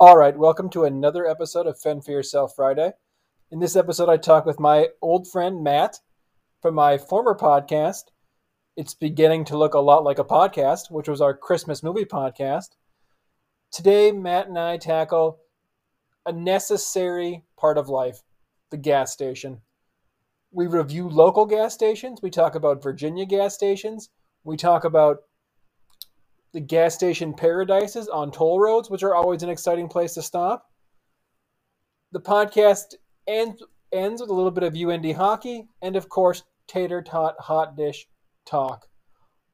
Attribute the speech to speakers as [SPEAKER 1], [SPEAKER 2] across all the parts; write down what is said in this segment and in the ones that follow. [SPEAKER 1] All right, welcome to another episode of Fend for Yourself Friday. In this episode, I talk with my old friend Matt from my former podcast. It's beginning to look a lot like a podcast, which was our Christmas movie podcast. Today, Matt and I tackle a necessary part of life the gas station. We review local gas stations, we talk about Virginia gas stations, we talk about the gas station paradises on toll roads, which are always an exciting place to stop. The podcast ends ends with a little bit of UND hockey and of course tater tot hot dish talk.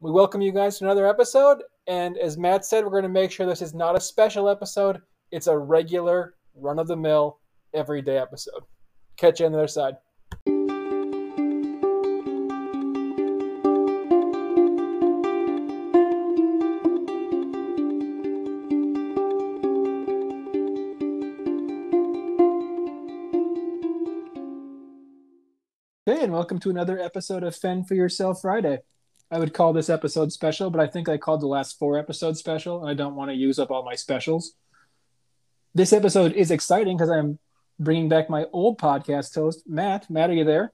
[SPEAKER 1] We welcome you guys to another episode, and as Matt said, we're going to make sure this is not a special episode. It's a regular, run of the mill, everyday episode. Catch you on the other side. Hey, and welcome to another episode of Fend for Yourself Friday. I would call this episode special, but I think I called the last four episodes special, and I don't want to use up all my specials. This episode is exciting because I'm bringing back my old podcast host, Matt. Matt, are you there?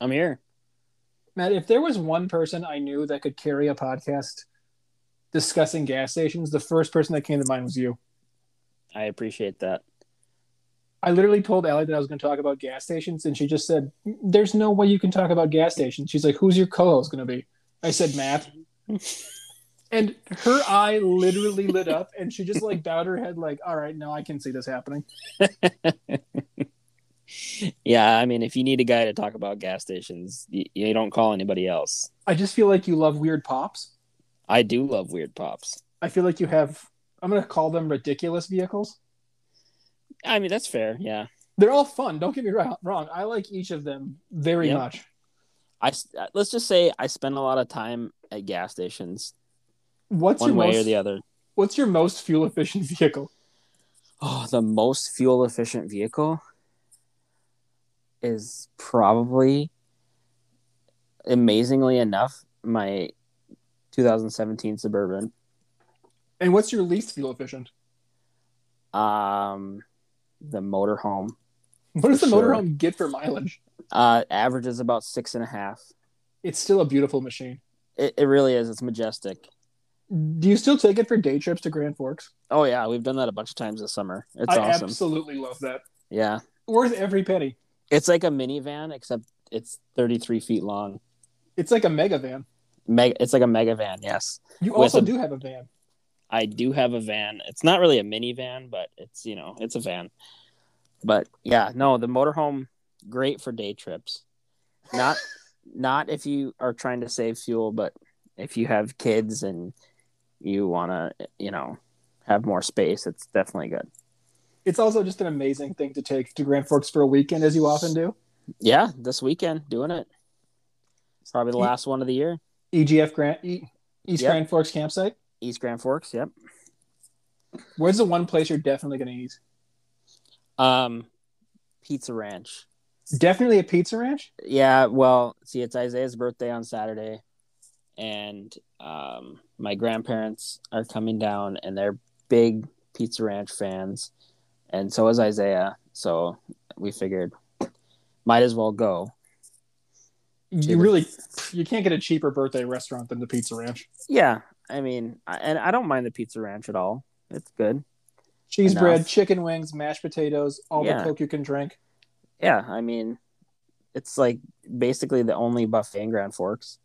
[SPEAKER 2] I'm here.
[SPEAKER 1] Matt, if there was one person I knew that could carry a podcast discussing gas stations, the first person that came to mind was you.
[SPEAKER 2] I appreciate that.
[SPEAKER 1] I literally told Allie that I was going to talk about gas stations, and she just said, "There's no way you can talk about gas stations." She's like, "Who's your co-host going to be?" I said, "Matt." and her eye literally lit up, and she just like bowed her head, like, "All right, no, I can see this happening."
[SPEAKER 2] Yeah, I mean, if you need a guy to talk about gas stations, you, you don't call anybody else.
[SPEAKER 1] I just feel like you love weird pops.
[SPEAKER 2] I do love weird pops.
[SPEAKER 1] I feel like you have. I'm going to call them ridiculous vehicles.
[SPEAKER 2] I mean, that's fair. Yeah,
[SPEAKER 1] They're all fun. Don't get me ri- wrong. I like each of them very
[SPEAKER 2] Yep.
[SPEAKER 1] much.
[SPEAKER 2] I s- uh, let's just say I spend a lot of time at gas stations,
[SPEAKER 1] What's
[SPEAKER 2] one
[SPEAKER 1] your
[SPEAKER 2] way
[SPEAKER 1] most,
[SPEAKER 2] or the other.
[SPEAKER 1] What's your most fuel efficient vehicle?
[SPEAKER 2] Oh, the most fuel efficient vehicle is probably, amazingly enough, my 2017 Suburban.
[SPEAKER 1] And what's your least fuel efficient?
[SPEAKER 2] Um, the motorhome.
[SPEAKER 1] What does
[SPEAKER 2] For
[SPEAKER 1] the
[SPEAKER 2] sure.
[SPEAKER 1] motorhome get for mileage?
[SPEAKER 2] Uh, averages about six and a half.
[SPEAKER 1] It's still a beautiful machine.
[SPEAKER 2] It, it really is. It's majestic.
[SPEAKER 1] Do you still take it for day trips to Grand Forks?
[SPEAKER 2] Oh yeah, we've done that a bunch of times this summer. It's
[SPEAKER 1] I
[SPEAKER 2] awesome.
[SPEAKER 1] absolutely love that.
[SPEAKER 2] yeah,
[SPEAKER 1] Worth every penny.
[SPEAKER 2] it's like a minivan except it's 33 feet long.
[SPEAKER 1] It's like a mega van.
[SPEAKER 2] Meg, it's like a mega van. Yes,
[SPEAKER 1] You
[SPEAKER 2] With
[SPEAKER 1] also
[SPEAKER 2] a-
[SPEAKER 1] do have a van.
[SPEAKER 2] I do have a van. It's not really a minivan, but it's you know it's a van. But yeah, no, the motorhome great for day trips. Not not if you are trying to save fuel, but if you have kids and you want to you know have more space, it's definitely good.
[SPEAKER 1] It's also just an amazing thing to take to Grand Forks for a weekend, as you often do.
[SPEAKER 2] Yeah, this weekend doing it. Probably the
[SPEAKER 1] Ye-
[SPEAKER 2] last one of the year.
[SPEAKER 1] EGF Grand e- East
[SPEAKER 2] Yep.
[SPEAKER 1] Grand Forks campsite.
[SPEAKER 2] East Grand Forks. Yep.
[SPEAKER 1] Where's the one place you're definitely going to eat?
[SPEAKER 2] Um, Pizza Ranch.
[SPEAKER 1] Definitely a pizza ranch.
[SPEAKER 2] Yeah. Well, see, it's Isaiah's birthday on Saturday, and um, my grandparents are coming down, and they're big Pizza Ranch fans, and so is Isaiah. So we figured, might as well go.
[SPEAKER 1] You
[SPEAKER 2] Cheaper.
[SPEAKER 1] really you can't get a cheaper birthday restaurant than the pizza ranch.
[SPEAKER 2] Yeah. I mean, I, and I don't mind the Pizza Ranch at all. It's good.
[SPEAKER 1] Cheese bread,
[SPEAKER 2] Enough.
[SPEAKER 1] chicken wings, mashed potatoes, all
[SPEAKER 2] Yeah.
[SPEAKER 1] the coke you can drink.
[SPEAKER 2] Yeah. I mean, it's like basically the only buffet in Grand Forks.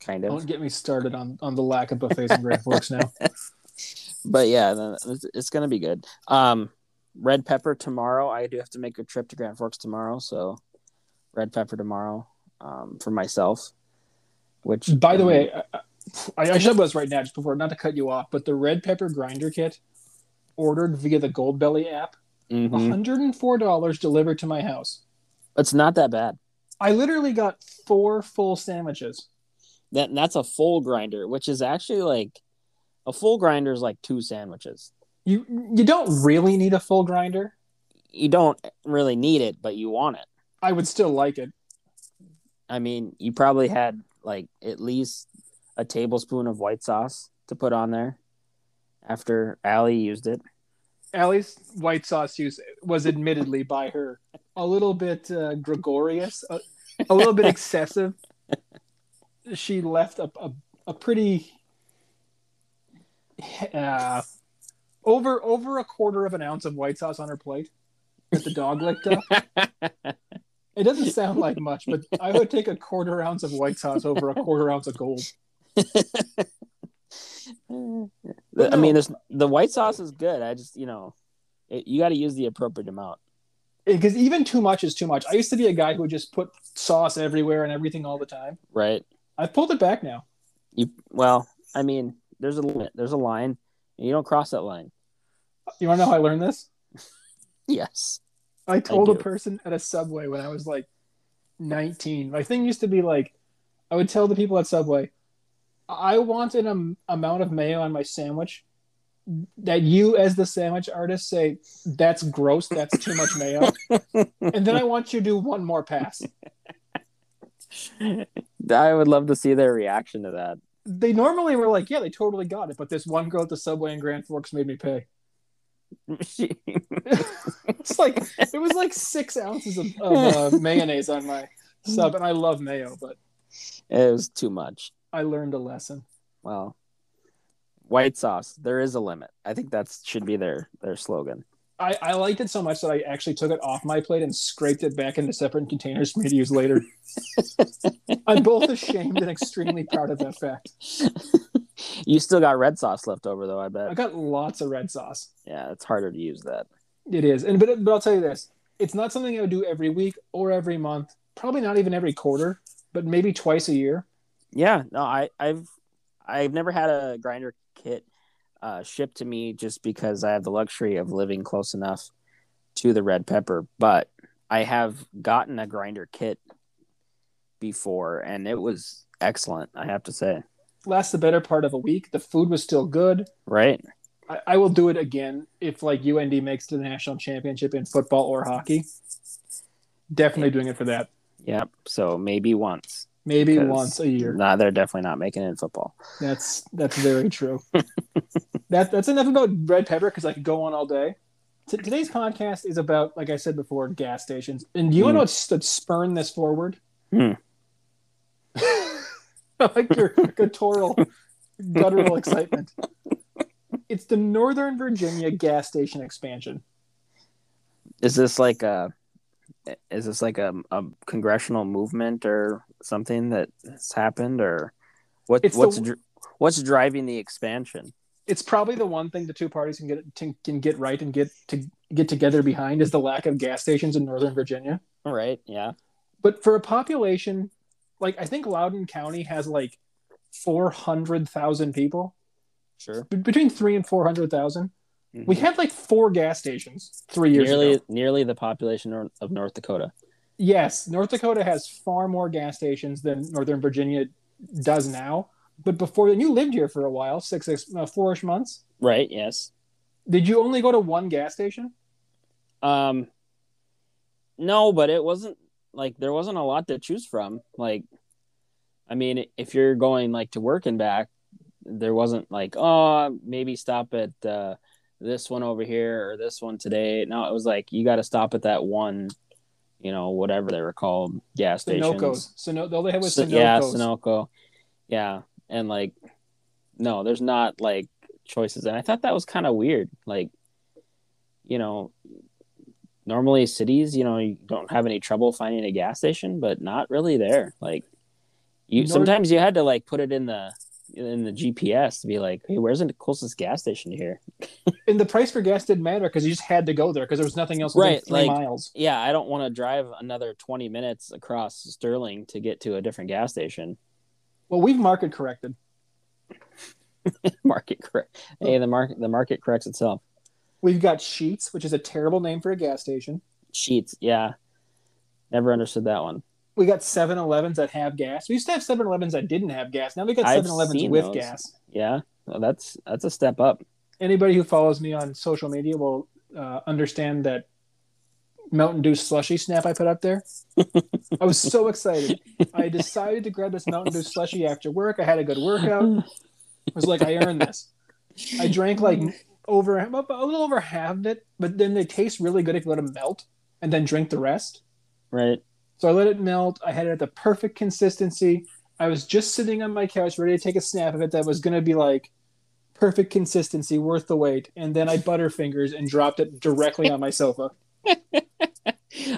[SPEAKER 2] Kind of.
[SPEAKER 1] Don't get me started on on the lack of buffets in Grand Forks now.
[SPEAKER 2] but yeah, the- it's, it's gonna be good. Um, red pepper tomorrow. I do have to make a trip to Grand Forks tomorrow, so red pepper tomorrow um, for myself. Which,
[SPEAKER 1] By the way, I, I I should have this right now, just before, not to cut you off, but the red pepper grinder kit ordered via the Gold Belly app,
[SPEAKER 2] Mhm.
[SPEAKER 1] $104 delivered to my house.
[SPEAKER 2] it's not that bad.
[SPEAKER 1] I literally got four full sandwiches.
[SPEAKER 2] That that's a full grinder, which is actually like a full grinder is like two sandwiches.
[SPEAKER 1] You you don't really need a full grinder.
[SPEAKER 2] You don't really need it, but you want it.
[SPEAKER 1] I would still like it.
[SPEAKER 2] I mean, you probably had like at least a tablespoon of white sauce to put on there after Allie used it.
[SPEAKER 1] Allie's white sauce use was admittedly by her a little bit uh, gregarious, a, a little bit excessive. She left a a, a pretty uh, over over a quarter of an ounce of white sauce on her plate that the dog licked up. It doesn't sound like much, but I would take a quarter ounce of white sauce over a quarter ounce of gold.
[SPEAKER 2] I mean, it's, the white sauce is good. I just, you know, it, you got to use the appropriate amount.
[SPEAKER 1] Because even too much is too much. I used to be a guy who would just put sauce everywhere and everything all the time.
[SPEAKER 2] Right.
[SPEAKER 1] I've pulled it back now.
[SPEAKER 2] You well, I mean, there's a limit. There's a line, and you don't cross that line.
[SPEAKER 1] You want to know how I learned this?
[SPEAKER 2] Yes.
[SPEAKER 1] I told a
[SPEAKER 2] do.
[SPEAKER 1] person at a subway when I was like 19. My thing used to be like, I would tell the people at Subway, I want an am- amount of mayo on my sandwich that you, as the sandwich artist, say, that's gross, that's too much mayo. and then I want you to do one more pass.
[SPEAKER 2] I would love to see their reaction to that.
[SPEAKER 1] They normally were like, yeah, they totally got it. But this one girl at the Subway in Grand Forks made me pay. It's like, it was like six ounces of, of uh, mayonnaise on my sub. And I love mayo, but
[SPEAKER 2] it was too much.
[SPEAKER 1] I learned a lesson.
[SPEAKER 2] Well, white sauce. There is a limit. I think that should be their their slogan.
[SPEAKER 1] I, I liked it so much that I actually took it off my plate and scraped it back into separate containers for me to use later. I'm both ashamed and extremely proud of that fact.
[SPEAKER 2] You still got red sauce left over, though. I
[SPEAKER 1] I
[SPEAKER 2] bet.
[SPEAKER 1] got lots of red sauce.
[SPEAKER 2] Yeah, it's harder to use that.
[SPEAKER 1] It is, and but but I'll tell you this: it's not something I would do every week or every month. Probably not even every quarter, but maybe twice a year.
[SPEAKER 2] Yeah, no, I, I've I've never had a grinder kit uh, shipped to me just because I have the luxury of living close enough to the red pepper. But I have gotten a grinder kit before, and it was excellent. I have to say,
[SPEAKER 1] Lasts the better part of a week. The food was still good.
[SPEAKER 2] right?
[SPEAKER 1] I, I will do it again if like UND makes to the national championship in football or hockey. Definitely doing it for that.
[SPEAKER 2] Yep. So maybe once.
[SPEAKER 1] Maybe
[SPEAKER 2] 'Cause-
[SPEAKER 1] once a year.
[SPEAKER 2] No, they're definitely not making it in football.
[SPEAKER 1] That's that's very true. that that's enough about red pepper because I could go on all day. T- today's podcast is about, like I said before, gas stations. And do you want to
[SPEAKER 2] Hmm.
[SPEAKER 1] know what's that spurned this forward?
[SPEAKER 2] Hmm.
[SPEAKER 1] I like your guttural, guttural excitement. It's the Northern Virginia gas station expansion.
[SPEAKER 2] Is this like a is this like a, a congressional movement or something that has happened or what
[SPEAKER 1] It's the-
[SPEAKER 2] what's dr- what's driving the expansion?
[SPEAKER 1] It's probably the one thing the two parties can get can get right and get to get together behind is the lack of gas stations in Northern Virginia.
[SPEAKER 2] Right? Yeah.
[SPEAKER 1] but for a population like i think loudon county has like 400000 people
[SPEAKER 2] Sure.
[SPEAKER 1] b- between 3 and 400000 we
[SPEAKER 2] Mhm.
[SPEAKER 1] had like four gas stations three years
[SPEAKER 2] nearly
[SPEAKER 1] ago
[SPEAKER 2] nearly the population nor- of North Dakota.
[SPEAKER 1] yes north dakota has far more gas stations than northern virginia does now but before then you lived here for a while six, six uh, four-ish months
[SPEAKER 2] Right? Yes.
[SPEAKER 1] did you only go to one gas station
[SPEAKER 2] Um No, but it wasn't like there wasn't a lot to choose from. Like I mean, if you're going like to work and back, there wasn't like, oh, maybe stop at uh this one over here or this one today. No, it was like you got to stop at that one, you know, whatever they were called, gas stations.
[SPEAKER 1] Sunoco's. So no, all they had was
[SPEAKER 2] So-
[SPEAKER 1] Sunoco's.
[SPEAKER 2] yeah, Sunoco. Yeah, and like, no, there's not like choices, and I thought that was kind of weird. Like, you know, normally cities, you know, you don't have any trouble finding a gas station, but not really there. Like, you
[SPEAKER 1] Nor-
[SPEAKER 2] sometimes you had to like put it in the in the GPS to be like, hey, where's the closest gas station here?
[SPEAKER 1] and the price for gas didn't matter because you just had to go there because there was nothing else within
[SPEAKER 2] Right,
[SPEAKER 1] three
[SPEAKER 2] like-
[SPEAKER 1] miles
[SPEAKER 2] Yeah, I don't want to drive another 20 minutes across Sterling to get to a different gas station.
[SPEAKER 1] well we've market corrected
[SPEAKER 2] market correct. Hey, the market the market corrects itself.
[SPEAKER 1] We've got Sheets, which is a terrible name for a gas station.
[SPEAKER 2] Sheets, yeah. Never understood that one.
[SPEAKER 1] We got 7 Elevens that have gas. We used to have 7 Elevens that didn't have gas. Now we got
[SPEAKER 2] I've
[SPEAKER 1] 7 Elevens
[SPEAKER 2] seen
[SPEAKER 1] with
[SPEAKER 2] those.
[SPEAKER 1] gas.
[SPEAKER 2] Yeah, well, that's that's a step up.
[SPEAKER 1] Anybody who follows me on social media will uh, understand that Mountain Dew slushy snap I put up there. I was so excited. I decided to grab this Mountain Dew slushy after work. I had a good workout. I was like, I earned this. I drank like over a little over half of it, but then they taste really good if you let them melt and then drink the rest.
[SPEAKER 2] right?
[SPEAKER 1] So I let it melt. I had it at the perfect consistency. I was just sitting on my couch ready to take a snap of it that was going to be like perfect consistency, worth the wait. And then I butterfingers and dropped it directly on my sofa.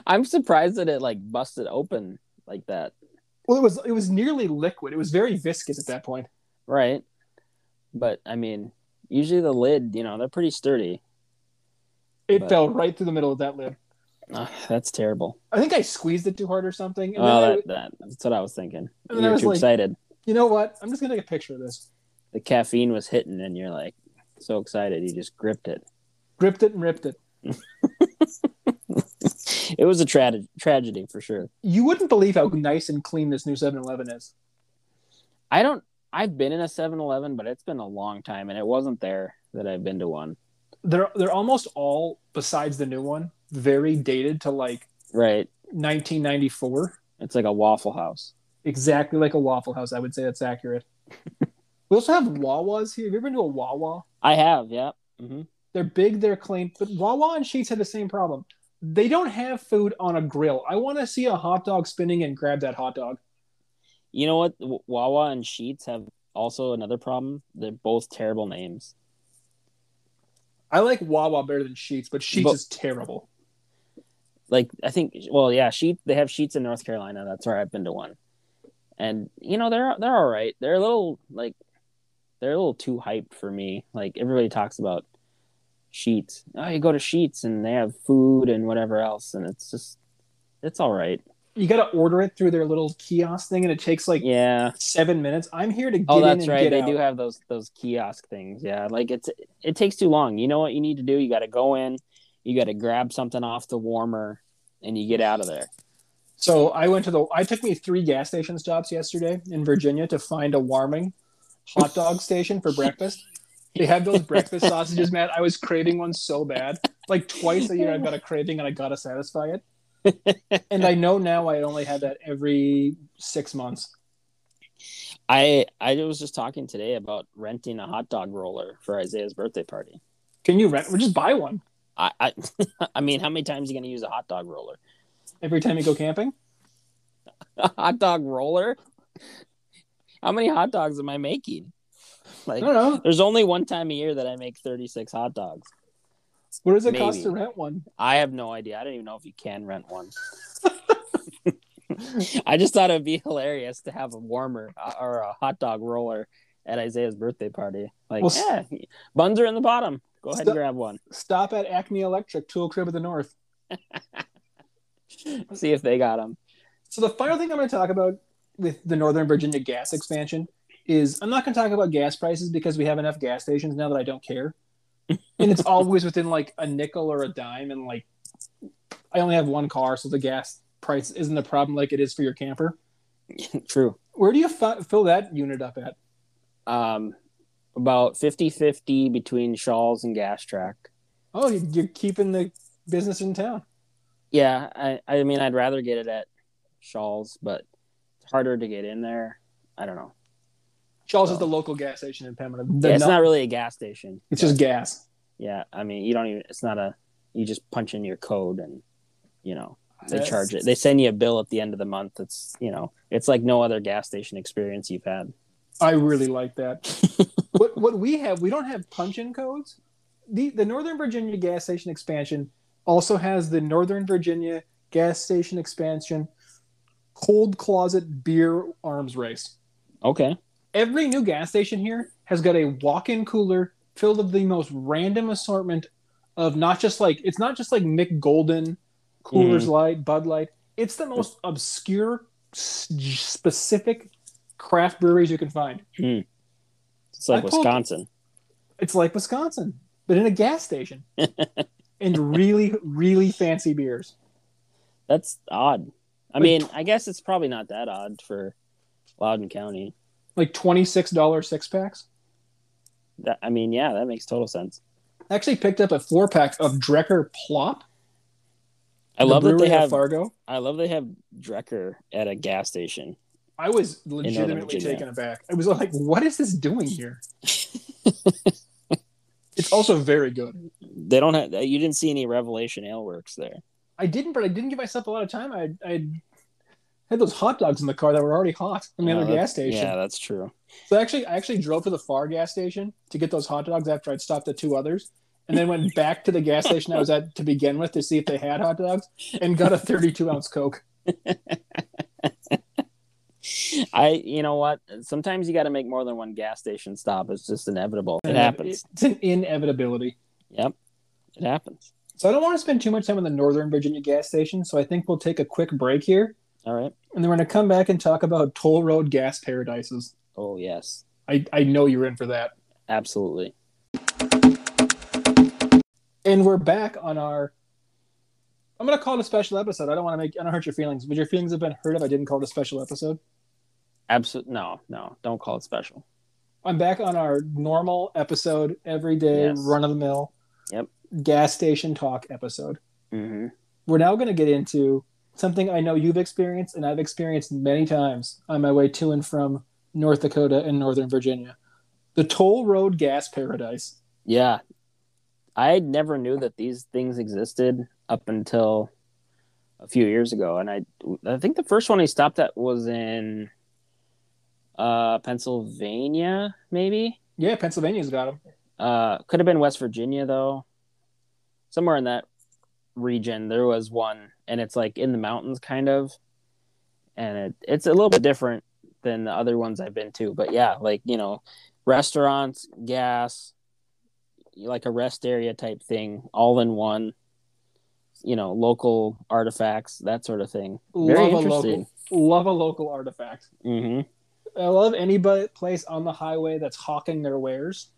[SPEAKER 2] I'm surprised that it like busted open like that,
[SPEAKER 1] Well, it was it was nearly liquid. It was very viscous at that point.
[SPEAKER 2] right? But I mean, usually the lid, you know, they're pretty sturdy.
[SPEAKER 1] It
[SPEAKER 2] But-
[SPEAKER 1] fell right through the middle of that lid.
[SPEAKER 2] Ugh, that's terrible.
[SPEAKER 1] I think I squeezed it too hard or something. And
[SPEAKER 2] Oh,
[SPEAKER 1] then I,
[SPEAKER 2] that, that that's what I was thinking.
[SPEAKER 1] then
[SPEAKER 2] You
[SPEAKER 1] I
[SPEAKER 2] were
[SPEAKER 1] was
[SPEAKER 2] too
[SPEAKER 1] like-
[SPEAKER 2] excited.
[SPEAKER 1] you know what? I'm just gonna take a picture of this.
[SPEAKER 2] The caffeine was hitting, and you're like so excited. You just gripped it.
[SPEAKER 1] Gripped it and ripped it.
[SPEAKER 2] It was a tra- tragedy for sure.
[SPEAKER 1] You wouldn't believe how nice and clean this new 7-Eleven is.
[SPEAKER 2] I don't. I've been in a 7-Eleven, but it's been a long time, and it wasn't there that I've been to one.
[SPEAKER 1] They're they're almost all, besides the new one, very dated to like
[SPEAKER 2] Right?
[SPEAKER 1] 1994.
[SPEAKER 2] It's like a Waffle House.
[SPEAKER 1] Exactly like a Waffle House. I would say that's accurate. we also have Wawas here. Have you ever been to a Wawa?
[SPEAKER 2] I have. Yeah. hmm
[SPEAKER 1] They're big, they're clean, but Wawa and Sheets have the same problem. They don't have food on a grill. I want to see a hot dog spinning and grab that hot dog.
[SPEAKER 2] You know what? W- Wawa and Sheets have also another problem. They're both terrible names.
[SPEAKER 1] I like Wawa better than Sheets, but Sheets
[SPEAKER 2] But-
[SPEAKER 1] is terrible.
[SPEAKER 2] Like I think. Well, yeah. Sheet. They have Sheets in North Carolina. That's where I've been to one. And you know they're they're all right. They're a little like they're a little too hyped for me. Like everybody talks about Sheets. Oh, you go to Sheets and they have food and whatever else, and it's just it's all right.
[SPEAKER 1] You got to order it through their little kiosk thing, and it takes like
[SPEAKER 2] Yeah.
[SPEAKER 1] seven minutes. I'm here to get
[SPEAKER 2] Oh,
[SPEAKER 1] in
[SPEAKER 2] that's
[SPEAKER 1] and
[SPEAKER 2] right.
[SPEAKER 1] get
[SPEAKER 2] They
[SPEAKER 1] out.
[SPEAKER 2] do have those those kiosk things. Yeah, like it's it takes too long. You know what you need to do? You got to go in, you got to grab something off the warmer, and you get out of there.
[SPEAKER 1] So I went to the. I took me three gas station stops yesterday in Virginia to find a warming hot dog station for breakfast. They have those breakfast sausages, Matt. I was craving one so bad. Like twice a year, I've got a craving and I gotta satisfy it. And I know now I only have that every six months.
[SPEAKER 2] I I was just talking today about renting a hot dog roller for Isaiah's birthday party.
[SPEAKER 1] Can you rent? Or just buy one
[SPEAKER 2] I I, I mean, how many times are you gonna use a hot dog roller?
[SPEAKER 1] every time you go camping.
[SPEAKER 2] A hot dog roller? How many hot dogs am I making?
[SPEAKER 1] I
[SPEAKER 2] Like,
[SPEAKER 1] don't know.
[SPEAKER 2] there's only one time a year that I make 36 hot dogs.
[SPEAKER 1] What does it cost to
[SPEAKER 2] Maybe.
[SPEAKER 1] rent one?
[SPEAKER 2] I have no idea. I don't even know if you can rent one. I just thought it would be hilarious to have a warmer uh, or a hot dog roller at Isaiah's birthday party. Like,
[SPEAKER 1] Well,
[SPEAKER 2] yeah, buns are in the bottom. Go ahead
[SPEAKER 1] Stop-
[SPEAKER 2] and grab one.
[SPEAKER 1] Stop at Acme Electric, Tool Crib of the North.
[SPEAKER 2] See if they got them.
[SPEAKER 1] So the final thing I'm going to talk about with the Northern Virginia gas expansion is I'm not going to talk about gas prices because we have enough gas stations now that I don't care. and it's always within like a nickel or a dime and like I only have one car so the gas price isn't a problem like it is for your camper.
[SPEAKER 2] True.
[SPEAKER 1] Where do you fi- fill that unit up at?
[SPEAKER 2] Um, about 50 50 between Shaw's and Gas Track.
[SPEAKER 1] Oh, you- you're keeping the business in town.
[SPEAKER 2] Yeah, I, I mean, I'd rather get it at Shaw's, but it's harder to get in there. I don't know.
[SPEAKER 1] Charles
[SPEAKER 2] Oh.
[SPEAKER 1] is the local gas station in Pembina.
[SPEAKER 2] Yeah,
[SPEAKER 1] They're
[SPEAKER 2] it's
[SPEAKER 1] not-
[SPEAKER 2] not really a gas station.
[SPEAKER 1] it's
[SPEAKER 2] but-
[SPEAKER 1] just gas.
[SPEAKER 2] Yeah, I mean, you don't even. It's not a. You just punch in your code, and you know they
[SPEAKER 1] That's-
[SPEAKER 2] charge it. They send you a bill at the end of the month. It's you know, it's like no other gas station experience you've had.
[SPEAKER 1] I really like that. what what we have, we don't have punch-in codes. The the Northern Virginia gas station expansion also has the Northern Virginia gas station expansion cold closet beer arms race.
[SPEAKER 2] Okay,
[SPEAKER 1] Every new gas station here has got a walk-in cooler filled with the most random assortment of not just like it's not just like Mick Golden, Coors Light, Bud Light. It's the most obscure, s- specific craft breweries you can find.
[SPEAKER 2] it's like
[SPEAKER 1] I pulled-
[SPEAKER 2] Wisconsin.
[SPEAKER 1] It's like Wisconsin, but in a gas station. and really, really fancy beers.
[SPEAKER 2] That's odd. I
[SPEAKER 1] Like-
[SPEAKER 2] mean, I guess it's probably not that odd for Loudon County.
[SPEAKER 1] Like $26 six packs.
[SPEAKER 2] That I mean, yeah, that makes total sense.
[SPEAKER 1] I actually picked up a four pack of Drecker Plop.
[SPEAKER 2] I
[SPEAKER 1] the
[SPEAKER 2] love that
[SPEAKER 1] brewery
[SPEAKER 2] they
[SPEAKER 1] out of
[SPEAKER 2] have.
[SPEAKER 1] Fargo.
[SPEAKER 2] I love they have Drecker at a gas station.
[SPEAKER 1] I was legitimately
[SPEAKER 2] Virginia.
[SPEAKER 1] taken aback. I was like, what is this doing here? it's Also very good.
[SPEAKER 2] They don't have. You didn't see any Revelation Ale Works there.
[SPEAKER 1] I didn't, but I didn't give myself a lot of time. I I had those hot dogs in the car that were already hot from the
[SPEAKER 2] Oh, Yeah,
[SPEAKER 1] other
[SPEAKER 2] that's-
[SPEAKER 1] gas station.
[SPEAKER 2] Yeah, that's true.
[SPEAKER 1] So actually, I actually drove to the far gas station to get those hot dogs after I'd stopped at two others, and then went back to the gas station I was at to begin with to see if they had hot dogs, and got a 32 ounce Coke.
[SPEAKER 2] I, you know what? Sometimes you got to make more than one gas station stop. It's just inevitable. It happens.
[SPEAKER 1] It's an inevitability.
[SPEAKER 2] Yep, it happens.
[SPEAKER 1] So I don't want to spend too much time on the Northern Virginia gas station, so I think we'll take a quick break here,
[SPEAKER 2] All right.
[SPEAKER 1] and then we're going to come back and talk about toll road gas paradises.
[SPEAKER 2] Oh yes,
[SPEAKER 1] I, I know you're in for that.
[SPEAKER 2] absolutely.
[SPEAKER 1] And we're back on our. I'm going to call it a special episode. I don't want to make. I don't hurt your feelings, but your feelings have been hurt if I didn't call it a special episode.
[SPEAKER 2] Absolutely. No, no. Don't call it special.
[SPEAKER 1] I'm back on our normal episode, everyday
[SPEAKER 2] Yes.
[SPEAKER 1] run of the mill,
[SPEAKER 2] Yep.
[SPEAKER 1] gas station talk episode.
[SPEAKER 2] Mm-hmm.
[SPEAKER 1] We're now going to get into something I know you've experienced and I've experienced many times on my way to and from North Dakota and Northern Virginia the toll road gas paradise.
[SPEAKER 2] Yeah. I never knew that these things existed up until a few years ago. And I I think the first one I stopped at was in uh Pennsylvania, maybe.
[SPEAKER 1] Yeah, Pennsylvania's got them.
[SPEAKER 2] Uh could have been West Virginia though. Somewhere in that region there was one and it's like in the mountains kind of. And it, it's a little bit different than the other ones I've been to. But yeah, like, you know, restaurants, gas, like a rest area type thing, all in one. You know, local artifacts, that sort of thing. Very
[SPEAKER 1] Love a
[SPEAKER 2] interesting.
[SPEAKER 1] local, love a local artifact.
[SPEAKER 2] Mm-hmm.
[SPEAKER 1] I love any bu- place on the highway that's hawking their wares,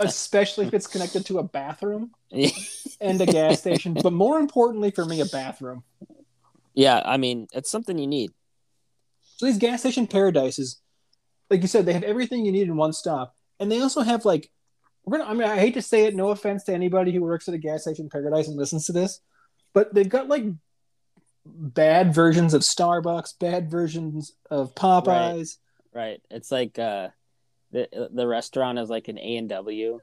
[SPEAKER 1] especially if it's connected to a bathroom and a gas station. But more importantly for me, a bathroom.
[SPEAKER 2] yeah, I mean, it's something you need.
[SPEAKER 1] So these gas station paradises, like you said, they have everything you need in one stop, and they also have like, we're gonna. I mean, I hate to say it. No offense to anybody who works at a gas station paradise and listens to this, but they've got like bad versions of Starbucks, bad versions of Popeyes.
[SPEAKER 2] Right. It's like uh the the restaurant is like an A and W.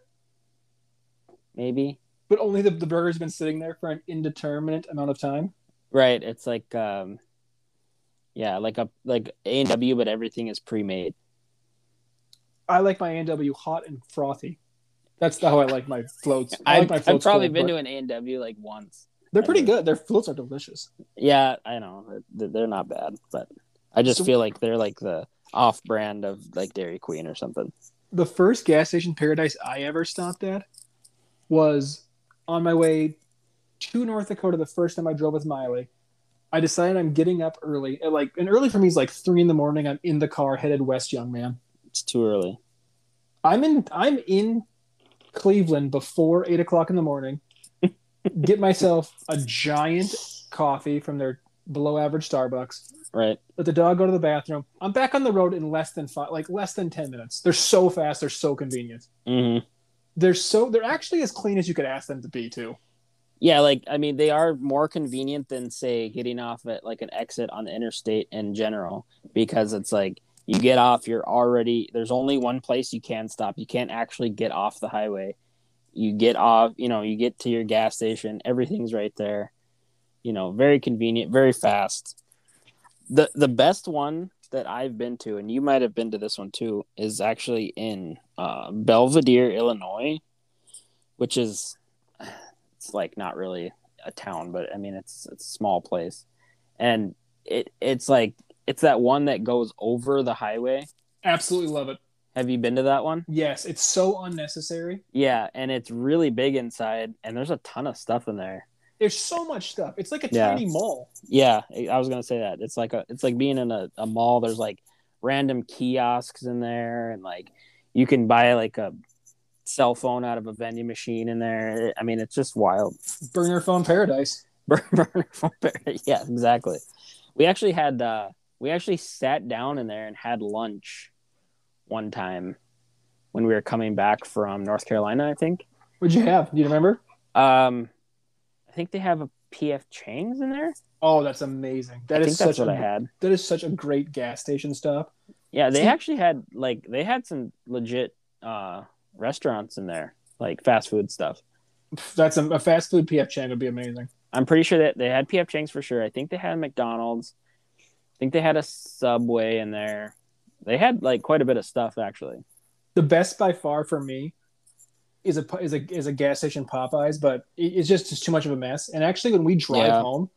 [SPEAKER 2] Maybe.
[SPEAKER 1] But only the, the burger's been sitting there for an indeterminate amount of time.
[SPEAKER 2] Right. It's like um yeah, like a like A and W but everything is pre made.
[SPEAKER 1] I like my A&W hot and frothy. That's how I like my floats. I like
[SPEAKER 2] I've,
[SPEAKER 1] my
[SPEAKER 2] I've
[SPEAKER 1] floats
[SPEAKER 2] probably
[SPEAKER 1] cold,
[SPEAKER 2] been
[SPEAKER 1] but
[SPEAKER 2] to an A and W like once.
[SPEAKER 1] They're pretty good. Their floats are delicious.
[SPEAKER 2] Yeah, I know They're- they're not bad, but I just
[SPEAKER 1] So-
[SPEAKER 2] feel like they're like the off brand of like Dairy Queen or something.
[SPEAKER 1] The first gas station paradise I ever stopped at was on my way to North Dakota the first time I drove with Miley. I decided I'm getting up early. And like and early for me is like three in the morning. I'm in the car headed west, young man.
[SPEAKER 2] It's too early.
[SPEAKER 1] I'm in I'm in Cleveland before eight o'clock in the morning. Get myself a giant coffee from their below average Starbucks.
[SPEAKER 2] Right.
[SPEAKER 1] Let the dog go to the bathroom. I'm back on the road in less than five, like less than ten minutes. They're so fast. They're so convenient.
[SPEAKER 2] Mm-hmm.
[SPEAKER 1] They're so they're actually as clean as you could ask them to be too.
[SPEAKER 2] Yeah, like I mean, they are more convenient than say getting off at like an exit on the interstate in general because it's like you get off, you're already there's only one place you can stop. You can't actually get off the highway. You get off, you know, you get to your gas station, everything's right there. You know, very convenient, very fast. The the best one that I've been to, and you might have been to this one too, is actually in uh, Belvedere, Illinois, which is it's like not really a town, but I mean it's it's a small place, and it it's like it's that one that goes over the highway.
[SPEAKER 1] Absolutely love it.
[SPEAKER 2] Have you been to that one?
[SPEAKER 1] Yes, it's so unnecessary.
[SPEAKER 2] Yeah, and it's really big inside, and there's a ton of stuff in there.
[SPEAKER 1] There's so much stuff. It's like a
[SPEAKER 2] Yeah.
[SPEAKER 1] tiny mall.
[SPEAKER 2] Yeah, I I was gonna say that it's like a it's like being in a, a mall. There's like random kiosks in there, and like you can buy like a cell phone out of a vending machine in there. I mean, it's just wild.
[SPEAKER 1] Burner phone paradise.
[SPEAKER 2] Burn- burner phone burner. Yeah, exactly. We actually had uh we actually sat down in there and had lunch one time when we were coming back from North Carolina, I think.
[SPEAKER 1] What'd you have? Do you remember?
[SPEAKER 2] Um I think they have a PF Chang's in there.
[SPEAKER 1] Oh, that's amazing. That
[SPEAKER 2] I
[SPEAKER 1] is
[SPEAKER 2] think
[SPEAKER 1] such
[SPEAKER 2] that's what
[SPEAKER 1] a
[SPEAKER 2] I had.
[SPEAKER 1] that is such a great gas station stop.
[SPEAKER 2] Yeah, they
[SPEAKER 1] See-
[SPEAKER 2] actually had like they had some legit uh restaurants in there. like fast food stuff.
[SPEAKER 1] That's a, a fast food PF Chang would be amazing.
[SPEAKER 2] I'm pretty sure that they had PF Chang's for sure. I think they had McDonald's. I think they had a Subway in there. They had like quite a bit of stuff actually.
[SPEAKER 1] The best by far for me is a is a is a gas station Popeyes, but it, it's just it's too much of a mess. And actually, when we drive
[SPEAKER 2] Yeah.
[SPEAKER 1] home,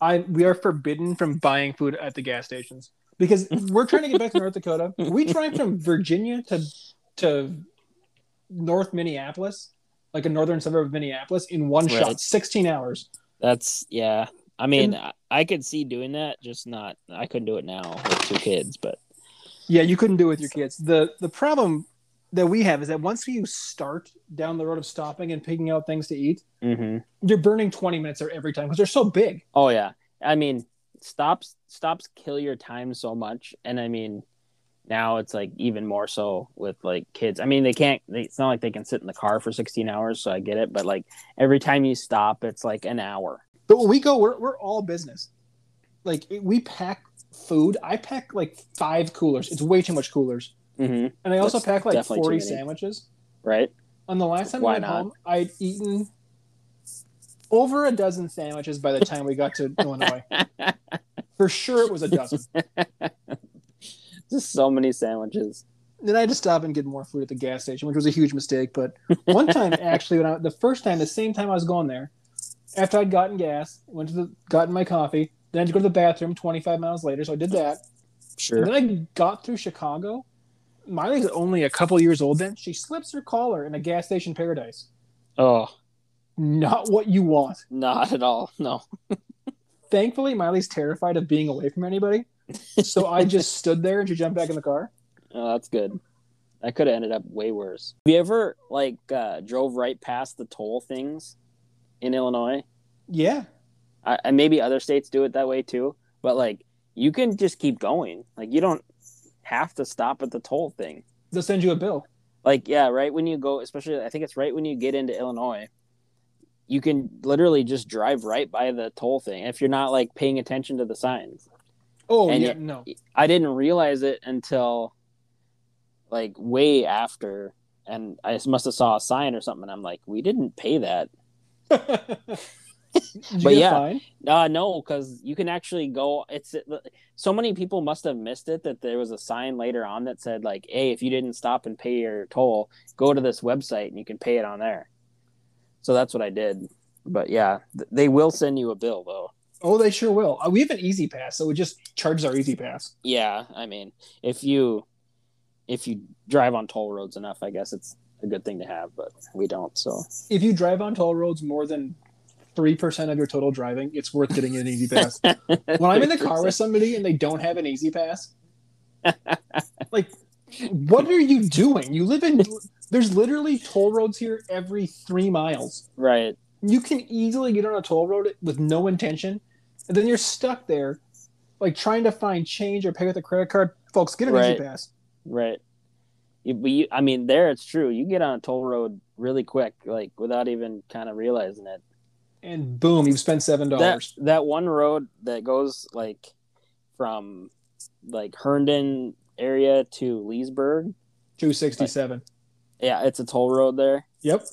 [SPEAKER 1] I we are forbidden from buying food at the gas stations because we're trying to get back to North Dakota. We drive from Virginia to to North Minneapolis, like a northern suburb of Minneapolis, in one
[SPEAKER 2] Right.
[SPEAKER 1] shot, sixteen hours.
[SPEAKER 2] That's yeah. I mean, I I could see doing that, just not. I couldn't do it now with two kids, but
[SPEAKER 1] Yeah, you couldn't do it with your kids. The the problem that we have is that once you start down the road of stopping and picking out things to eat,
[SPEAKER 2] hmm
[SPEAKER 1] you're burning twenty minutes there every time because they're so big.
[SPEAKER 2] oh yeah. I mean, stops stops kill your time so much, and I mean, now it's like even more so with like kids. I mean, they can't. They, it's not like they can sit in the car for 16 hours, so I get it. But like every time you stop, it's like an hour.
[SPEAKER 1] But when we go, we're, we're all business. Like it, we pack food. I pack like five coolers. It's way too much coolers.
[SPEAKER 2] hmm
[SPEAKER 1] And I also
[SPEAKER 2] That's
[SPEAKER 1] pack like
[SPEAKER 2] definitely too
[SPEAKER 1] forty
[SPEAKER 2] many.
[SPEAKER 1] sandwiches.
[SPEAKER 2] Right.
[SPEAKER 1] On the last time
[SPEAKER 2] Why
[SPEAKER 1] I went
[SPEAKER 2] not?
[SPEAKER 1] home, I'd eaten over a dozen sandwiches by the time we got to Illinois. For sure, it was a dozen.
[SPEAKER 2] Just so many sandwiches.
[SPEAKER 1] Then I had to stop and get more food at the gas station, which was a huge mistake. But one time, actually, when I, the first time, the same time I was going there, after I'd gotten gas, went to the gotten my coffee, then I had to go to the bathroom. Twenty five miles later, so I did that.
[SPEAKER 2] Sure.
[SPEAKER 1] And then I got through Chicago. Miley's only a couple years old then. She slips her collar in a gas station paradise.
[SPEAKER 2] Oh,
[SPEAKER 1] Not what you want.
[SPEAKER 2] not at all. No.
[SPEAKER 1] Thankfully, Miley's terrified of being away from anybody. So I just stood there and she jumped back in the car.
[SPEAKER 2] Oh, that's good. That could have ended up way worse. Have you ever like uh, drove right past the toll things in Illinois?
[SPEAKER 1] Yeah.
[SPEAKER 2] I, and maybe other states do it that way too. But like, you can just keep going. Like, you don't have to stop at the toll thing.
[SPEAKER 1] They'll send you a bill.
[SPEAKER 2] Like, yeah, right when you go, especially I think it's right when you get into Illinois, you can literally just drive right by the toll thing if you're not like paying attention to the signs.
[SPEAKER 1] Oh,
[SPEAKER 2] And
[SPEAKER 1] yeah.
[SPEAKER 2] yet-
[SPEAKER 1] no.
[SPEAKER 2] I didn't realize it until like way after, and I just must have saw a sign or something. And I'm like, we didn't pay that.
[SPEAKER 1] Did you
[SPEAKER 2] But
[SPEAKER 1] get a
[SPEAKER 2] yeah.
[SPEAKER 1] fine?
[SPEAKER 2] Uh, no, because you can actually go. It's so many people must have missed it that there was a sign later on that said like, "Hey, if you didn't stop and pay your toll, go to this website and you can pay it on there." So that's what I did. But yeah, th- they will send you a bill though.
[SPEAKER 1] Oh, they sure will. Uh, We have an easy pass, so it just charges our easy pass.
[SPEAKER 2] Yeah, I mean, if you if you drive on toll roads enough, I guess it's a good thing to have, but we don't. So
[SPEAKER 1] If you drive on toll roads more than 3% of your total driving, it's worth getting an easy pass. when I'm in the car with somebody and they don't have an easy pass, like, what are you doing? You live in, there's literally toll roads here every three miles.
[SPEAKER 2] right,
[SPEAKER 1] You can easily get on a toll road with no intention, and then you're stuck there, like trying to find change or pay with a credit card. Folks, get an
[SPEAKER 2] Right.
[SPEAKER 1] easy pass.
[SPEAKER 2] right. You, but you, I mean, there it's true. You get on a toll road really quick, like without even kind of realizing it.
[SPEAKER 1] And boom, you've spent $7.
[SPEAKER 2] That that one road that goes like from like Herndon area to Leesburg.
[SPEAKER 1] 267.
[SPEAKER 2] Yeah, it's a toll road there.
[SPEAKER 1] Yep.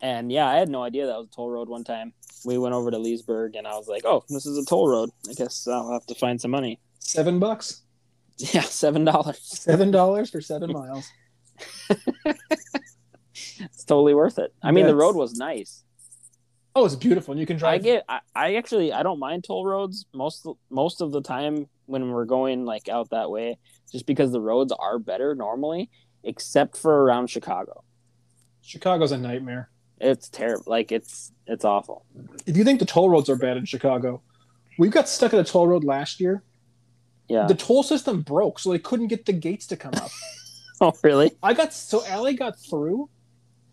[SPEAKER 2] And yeah, I had no idea that was a toll road one time. We went over to Leesburg and I was like, oh, this is a toll road. I guess I'll have to find some money.
[SPEAKER 1] Seven bucks.
[SPEAKER 2] Yeah, $7.
[SPEAKER 1] Seven dollars for seven miles.
[SPEAKER 2] It's totally worth it. I mean, the
[SPEAKER 1] That's-
[SPEAKER 2] road was nice.
[SPEAKER 1] Oh, it's beautiful. And you can
[SPEAKER 2] I
[SPEAKER 1] drive.
[SPEAKER 2] get, I, I actually, I don't mind toll roads most, most of the time when we're going like out that way, just because the roads are better normally, except for around Chicago.
[SPEAKER 1] Chicago's a nightmare.
[SPEAKER 2] It's terrible. Like it's, it's awful.
[SPEAKER 1] If you think the toll roads are bad in Chicago, we got stuck at a toll road last year.
[SPEAKER 2] Yeah.
[SPEAKER 1] The toll system broke, so they couldn't get the gates to come up.
[SPEAKER 2] oh, really?
[SPEAKER 1] I got so Allie got through,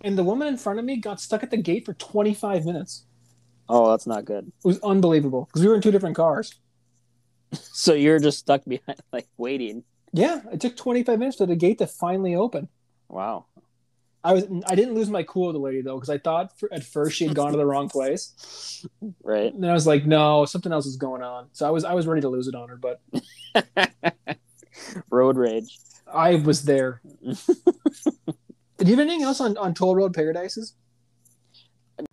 [SPEAKER 1] and the woman in front of me got stuck at the gate for 25 minutes.
[SPEAKER 2] Oh, that's not good.
[SPEAKER 1] It was unbelievable because we were in two different cars.
[SPEAKER 2] So you're just stuck behind, like waiting.
[SPEAKER 1] Yeah, it took 25 minutes for the gate to finally open.
[SPEAKER 2] Wow.
[SPEAKER 1] I was I didn't lose my cool with the lady though because I thought for, at first she had gone to the wrong place.
[SPEAKER 2] Right.
[SPEAKER 1] And then I was like, no, something else is going on. So I was I was ready to lose it on her, but
[SPEAKER 2] Road rage.
[SPEAKER 1] I was there. Did you have anything else on, on Toll Road Paradises?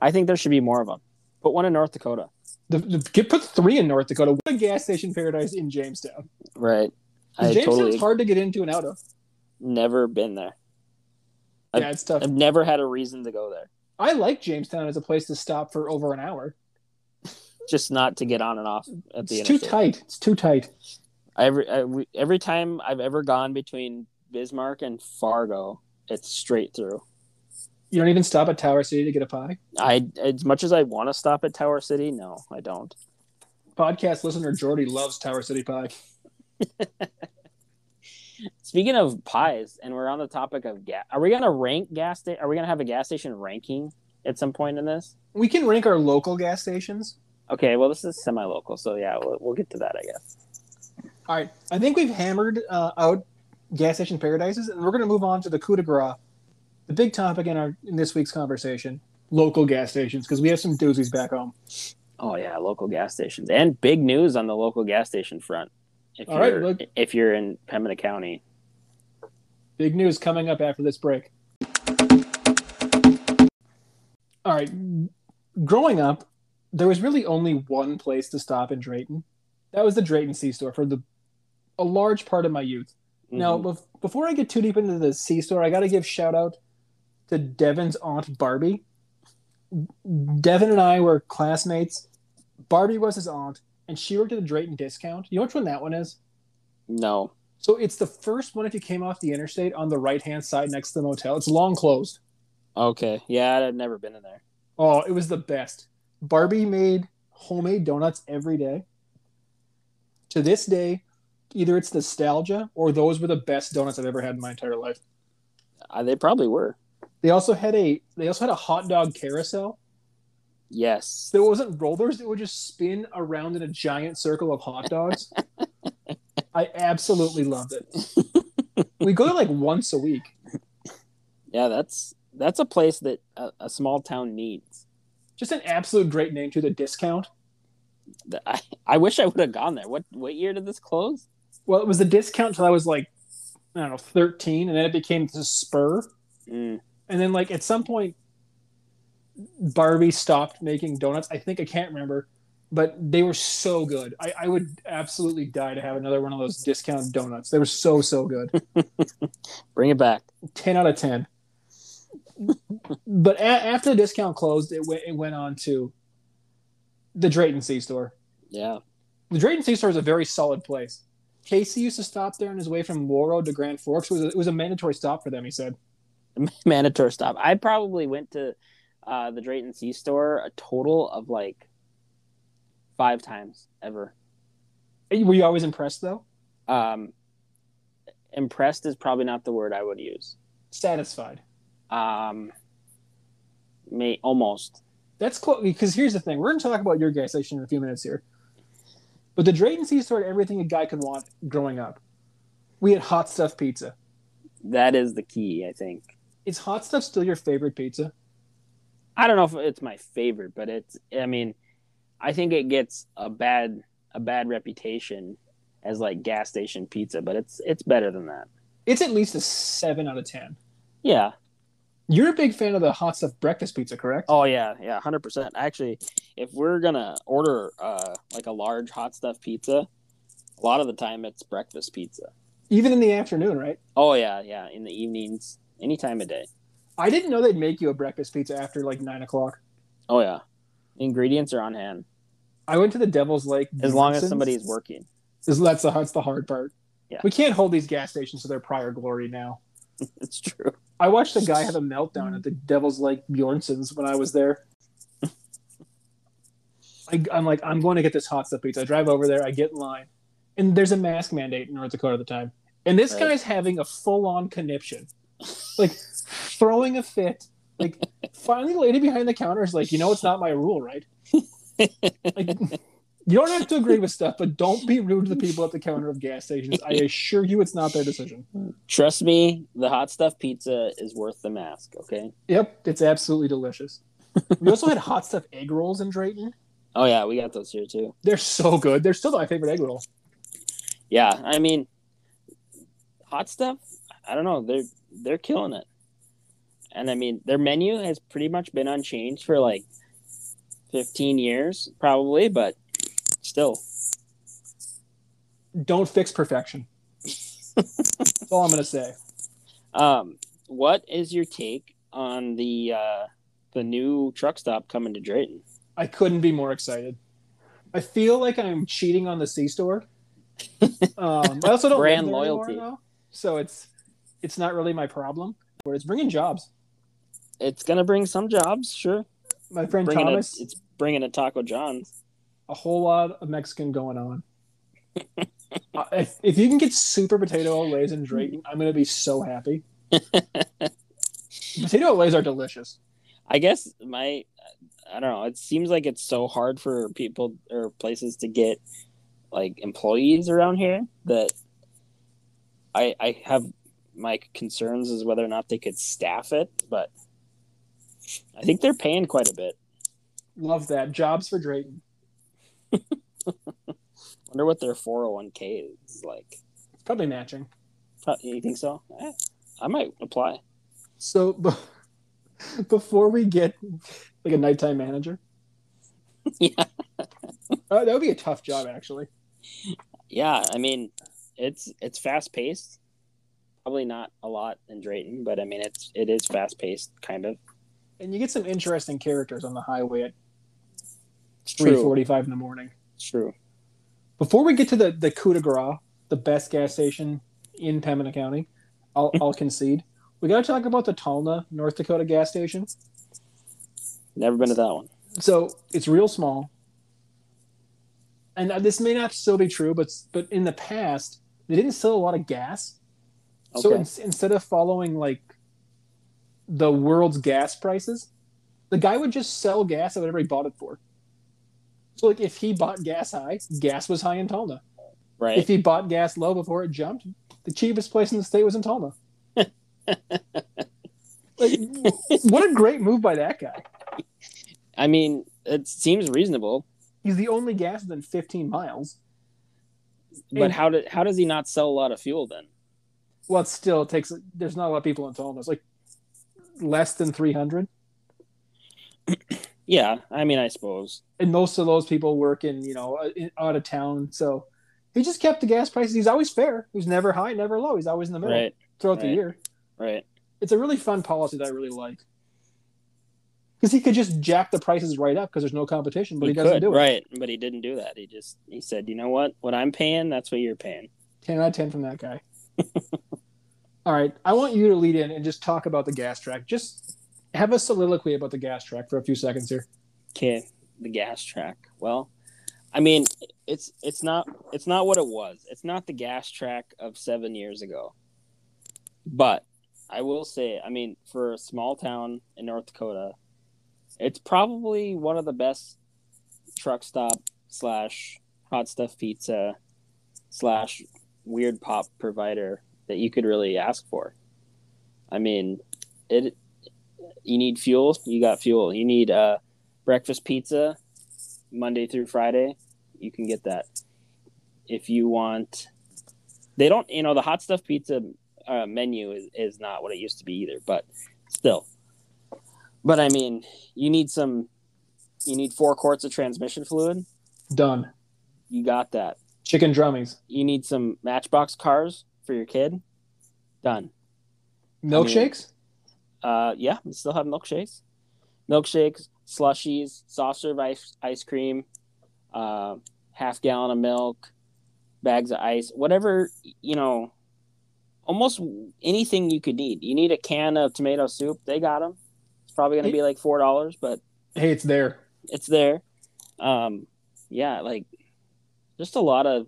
[SPEAKER 2] I think there should be more of them. Put one in North Dakota.
[SPEAKER 1] The, the, get put three in North Dakota. What a gas station paradise in Jamestown.
[SPEAKER 2] Right. I
[SPEAKER 1] Jamestown's
[SPEAKER 2] totally
[SPEAKER 1] hard to get into and out of.
[SPEAKER 2] never been there. I-
[SPEAKER 1] Yeah, it's tough.
[SPEAKER 2] I've never had a reason to go there.
[SPEAKER 1] I like Jamestown as a place to stop for over an hour.
[SPEAKER 2] Just not to get on and off at the
[SPEAKER 1] It's
[SPEAKER 2] end.
[SPEAKER 1] too tight. It's too tight.
[SPEAKER 2] Every every- every time I've ever gone between Bismarck and Fargo, it's straight through.
[SPEAKER 1] You don't even stop at Tower City to get a pie.
[SPEAKER 2] I as much as I want to stop at Tower City, no, I don't.
[SPEAKER 1] Podcast listener Jordy loves Tower City pie.
[SPEAKER 2] Speaking of pies, and we're on the topic of gas. Are we gonna rank gas? Sta- are we gonna have a gas station ranking at some point in this?
[SPEAKER 1] We can rank our local gas stations.
[SPEAKER 2] Okay, well this is semi-local, so yeah, we'll, we'll get to that, I guess.
[SPEAKER 1] All right. I think we've hammered uh, out gas station paradises, and we're going to move on to the coup de grace, the big topic in our in this week's conversation: local gas stations, because we have some doozies back home.
[SPEAKER 2] Oh yeah, local gas stations and big news on the local gas station front. If
[SPEAKER 1] All right,
[SPEAKER 2] you're,
[SPEAKER 1] look-
[SPEAKER 2] if you're in Pembina County,
[SPEAKER 1] Big news coming up after this break. All right. Growing up, there was really only one place to stop in Drayton. That was the Drayton C store for the a large part of my youth. Now,
[SPEAKER 2] Mhm.
[SPEAKER 1] bef- before I get too deep into the C store, I got to give shout out to Devin's aunt Barbie. Devin and I were classmates. Barbie was his aunt, and she worked at the Drayton discount. You know which one that one is?
[SPEAKER 2] no,
[SPEAKER 1] So it's the first one if you came off the interstate on the right hand side next to the motel. It's long closed.
[SPEAKER 2] okay, yeah, I've never been in there.
[SPEAKER 1] Oh, it was the best. Barbie made homemade donuts every day. To this day, either it's nostalgia or those were the best donuts I've ever had in my entire life.
[SPEAKER 2] Uh, they probably were.
[SPEAKER 1] They also had a they also had a hot dog carousel.
[SPEAKER 2] Yes,
[SPEAKER 1] There wasn't rollers; it would just spin around in a giant circle of hot dogs. I absolutely loved it. we go there like once a week.
[SPEAKER 2] yeah, that's that's a place that a, a small town needs.
[SPEAKER 1] Just an absolute great name to the discount.
[SPEAKER 2] The- I, I wish I would have gone there. What what year did this close?
[SPEAKER 1] Well, it was the discount till I was like I don't know thirteen, and then it became the Spur.
[SPEAKER 2] Mm,
[SPEAKER 1] And then like at some point, Barbie stopped making donuts. I think I can't remember, but they were so good. I, I would absolutely die to have another one of those discount donuts. They were so so good.
[SPEAKER 2] bring it back.
[SPEAKER 1] 10 out of 10 but a- after the discount closed it, went it went on to the drayton c store
[SPEAKER 2] Yeah,
[SPEAKER 1] the drayton c store is a very solid place casey used to stop there on his way from laurel to grand forks it was a, it was a mandatory stop for them he said
[SPEAKER 2] mandatory stop. I probably went to uh, the Drayton C store a total of like five times ever.
[SPEAKER 1] Eh, were you always impressed though
[SPEAKER 2] Um, impressed is probably not the word I would use.
[SPEAKER 1] satisfied
[SPEAKER 2] Um, may almost.
[SPEAKER 1] that's close because here's the thing we're going to talk about your gas station in a few minutes here but the drayton c store had everything a guy could want growing up we had hot stuff pizza
[SPEAKER 2] That is the key, I think.
[SPEAKER 1] is hot stuff still your favorite pizza
[SPEAKER 2] I don't know if it's my favorite, but it's. I mean, I think it gets a bad a bad reputation as like gas station pizza, but it's it's better than that.
[SPEAKER 1] it's at least a 7 out of 10
[SPEAKER 2] Yeah.
[SPEAKER 1] You're a big fan of the hot stuff breakfast pizza, correct?
[SPEAKER 2] Oh yeah, yeah, hundred percent. Actually, if we're gonna order uh like a large hot stuff pizza, a lot of the time it's breakfast pizza.
[SPEAKER 1] Even in the afternoon, right?
[SPEAKER 2] Oh yeah, yeah, in the evenings, any time of day.
[SPEAKER 1] I didn't know they'd make you a breakfast pizza after like nine o'clock.
[SPEAKER 2] Oh yeah, ingredients are on hand
[SPEAKER 1] I went to the Devil's Lake.
[SPEAKER 2] as long as
[SPEAKER 1] Johnson's.
[SPEAKER 2] somebody's working.
[SPEAKER 1] Is- That's the that's the hard part.
[SPEAKER 2] Yeah.
[SPEAKER 1] We can't hold these gas stations to their prior glory now.
[SPEAKER 2] It's true.
[SPEAKER 1] I watched a guy have a meltdown at the Devil's Lake Bjornson's when I was there. I, I'm like, I'm going to get this hot stuff pizza. I drive over there, I get in line, and there's a mask mandate in North Dakota at the time. And this
[SPEAKER 2] Right.
[SPEAKER 1] guy's having a full on conniption, like throwing a fit. Like, finally, the lady behind the counter is like, you know, it's not my rule, right? like, you don't have to agree with stuff, but don't be rude to the people at the counter of gas stations. I assure you, it's not their decision.
[SPEAKER 2] Trust me, the hot stuff pizza is worth the mask. Okay.
[SPEAKER 1] Yep, it's absolutely delicious. We also had hot stuff egg rolls in Drayton.
[SPEAKER 2] Oh yeah, we got those here too.
[SPEAKER 1] They're so good. They're still my favorite egg roll.
[SPEAKER 2] Yeah, I mean, hot stuff. I don't know. They're they're killing it. And I mean, their menu has pretty much been unchanged for like 15 years, probably, but still.
[SPEAKER 1] Don't fix perfection. That's all I'm gonna say.
[SPEAKER 2] Um, what is your take on the uh, the new truck stop coming to Drayton?
[SPEAKER 1] I couldn't be more excited. I feel like I'm cheating on the C store. Um, I also don't
[SPEAKER 2] Brand
[SPEAKER 1] live there anymore
[SPEAKER 2] loyalty.
[SPEAKER 1] now, so it's it's not really my problem. Where it's bringing jobs.
[SPEAKER 2] It's gonna bring some jobs, sure.
[SPEAKER 1] My friend
[SPEAKER 2] Bringing a,
[SPEAKER 1] Thomas,
[SPEAKER 2] it's bringing a Taco John's.
[SPEAKER 1] a whole lot of Mexican going on. Uh, if, if you can get super potato olays in Drayton, I'm gonna be so happy. potato olays are delicious.
[SPEAKER 2] I guess my, I don't know. It seems like it's so hard for people or places to get like employees around here that I I have my concerns is whether or not they could staff it, but I think they're paying quite a bit.
[SPEAKER 1] Love that. Jobs for Drayton.
[SPEAKER 2] Wonder what their four hundred one k is like.
[SPEAKER 1] It's probably matching.
[SPEAKER 2] Pro- You think so? Eh, I might apply.
[SPEAKER 1] So be- before we get like a nighttime manager,
[SPEAKER 2] Yeah.
[SPEAKER 1] uh, that would be a tough job actually.
[SPEAKER 2] Yeah, I mean, it's it's fast paced. Probably not a lot in Drayton, but I mean, it's it is fast paced, kind of.
[SPEAKER 1] And you get some interesting characters on the highway at
[SPEAKER 2] It's
[SPEAKER 1] three
[SPEAKER 2] true.
[SPEAKER 1] forty-five in the morning.
[SPEAKER 2] It's true.
[SPEAKER 1] Before we get to the the coup de grace, the best gas station in Pembina County, I'll, I'll concede. We got to talk about the Talna, North Dakota gas station.
[SPEAKER 2] Never been to that one.
[SPEAKER 1] So it's real small, and uh, this may not still be true, but but in the past they didn't sell a lot of gas. So
[SPEAKER 2] Okay.
[SPEAKER 1] in, instead of following like the world's gas prices, the guy would just sell gas at whatever he bought it for. So like if he bought gas high, gas was high in Tonda.
[SPEAKER 2] right.
[SPEAKER 1] If he bought gas low before it jumped, the cheapest place in the state was in Tonda. like, what a great move by that guy.
[SPEAKER 2] I mean, it seems reasonable,
[SPEAKER 1] He's the only gas within 15 miles.
[SPEAKER 2] but
[SPEAKER 1] And-
[SPEAKER 2] how did how does he not sell a lot of fuel then?
[SPEAKER 1] Well, it still takes. There's not a lot of people in Tonda. It's like less than 300,
[SPEAKER 2] Yeah, I mean, I suppose.
[SPEAKER 1] and most of those people work in you know uh, in, out of town. So he just kept the gas prices. He's always fair. He's never high, never low. He's always in the middle
[SPEAKER 2] Right.
[SPEAKER 1] throughout the
[SPEAKER 2] right.
[SPEAKER 1] year.
[SPEAKER 2] Right.
[SPEAKER 1] It's a really fun policy that I really like. Because he could just jack the prices right up because there's no competition, but he, doesn't
[SPEAKER 2] could,
[SPEAKER 1] do it.
[SPEAKER 2] Right. But he didn't do that. He just he said, you know what? What I'm paying, that's what you're paying.
[SPEAKER 1] 10 out of 10 from that guy. All right. I want you to lead in and just talk about the gas track. Just have a soliloquy about the gas track for a few seconds here.
[SPEAKER 2] Okay, the gas track. Well, I mean, it's it's not it's not what it was. It's not the gas track of seven years ago. But I will say, I mean, for a small town in North Dakota, it's probably one of the best truck stop slash hot stuff pizza slash weird pop provider that you could really ask for. I mean, it. You need fuel. You got fuel. You need uh, breakfast pizza Monday through Friday, you can get that. If you want, they don't, you know, the hot stuff pizza uh, menu is, is not what it used to be either, but still. But I mean, you need some, you need four quarts of transmission fluid.
[SPEAKER 1] Done.
[SPEAKER 2] You got that.
[SPEAKER 1] Chicken drummies.
[SPEAKER 2] You need some Matchbox cars for your kid. Done.
[SPEAKER 1] Milkshakes?
[SPEAKER 2] Uh, yeah, we still have milkshakes, milkshakes, slushies, soft serve ice, ice cream, uh, half gallon of milk, bags of ice, whatever you know. Almost anything you could need. You need a can of tomato soup. They got them. It's probably going to be like four dollars, but
[SPEAKER 1] Hey, it's there.
[SPEAKER 2] it's there. Um, yeah, like just a lot of.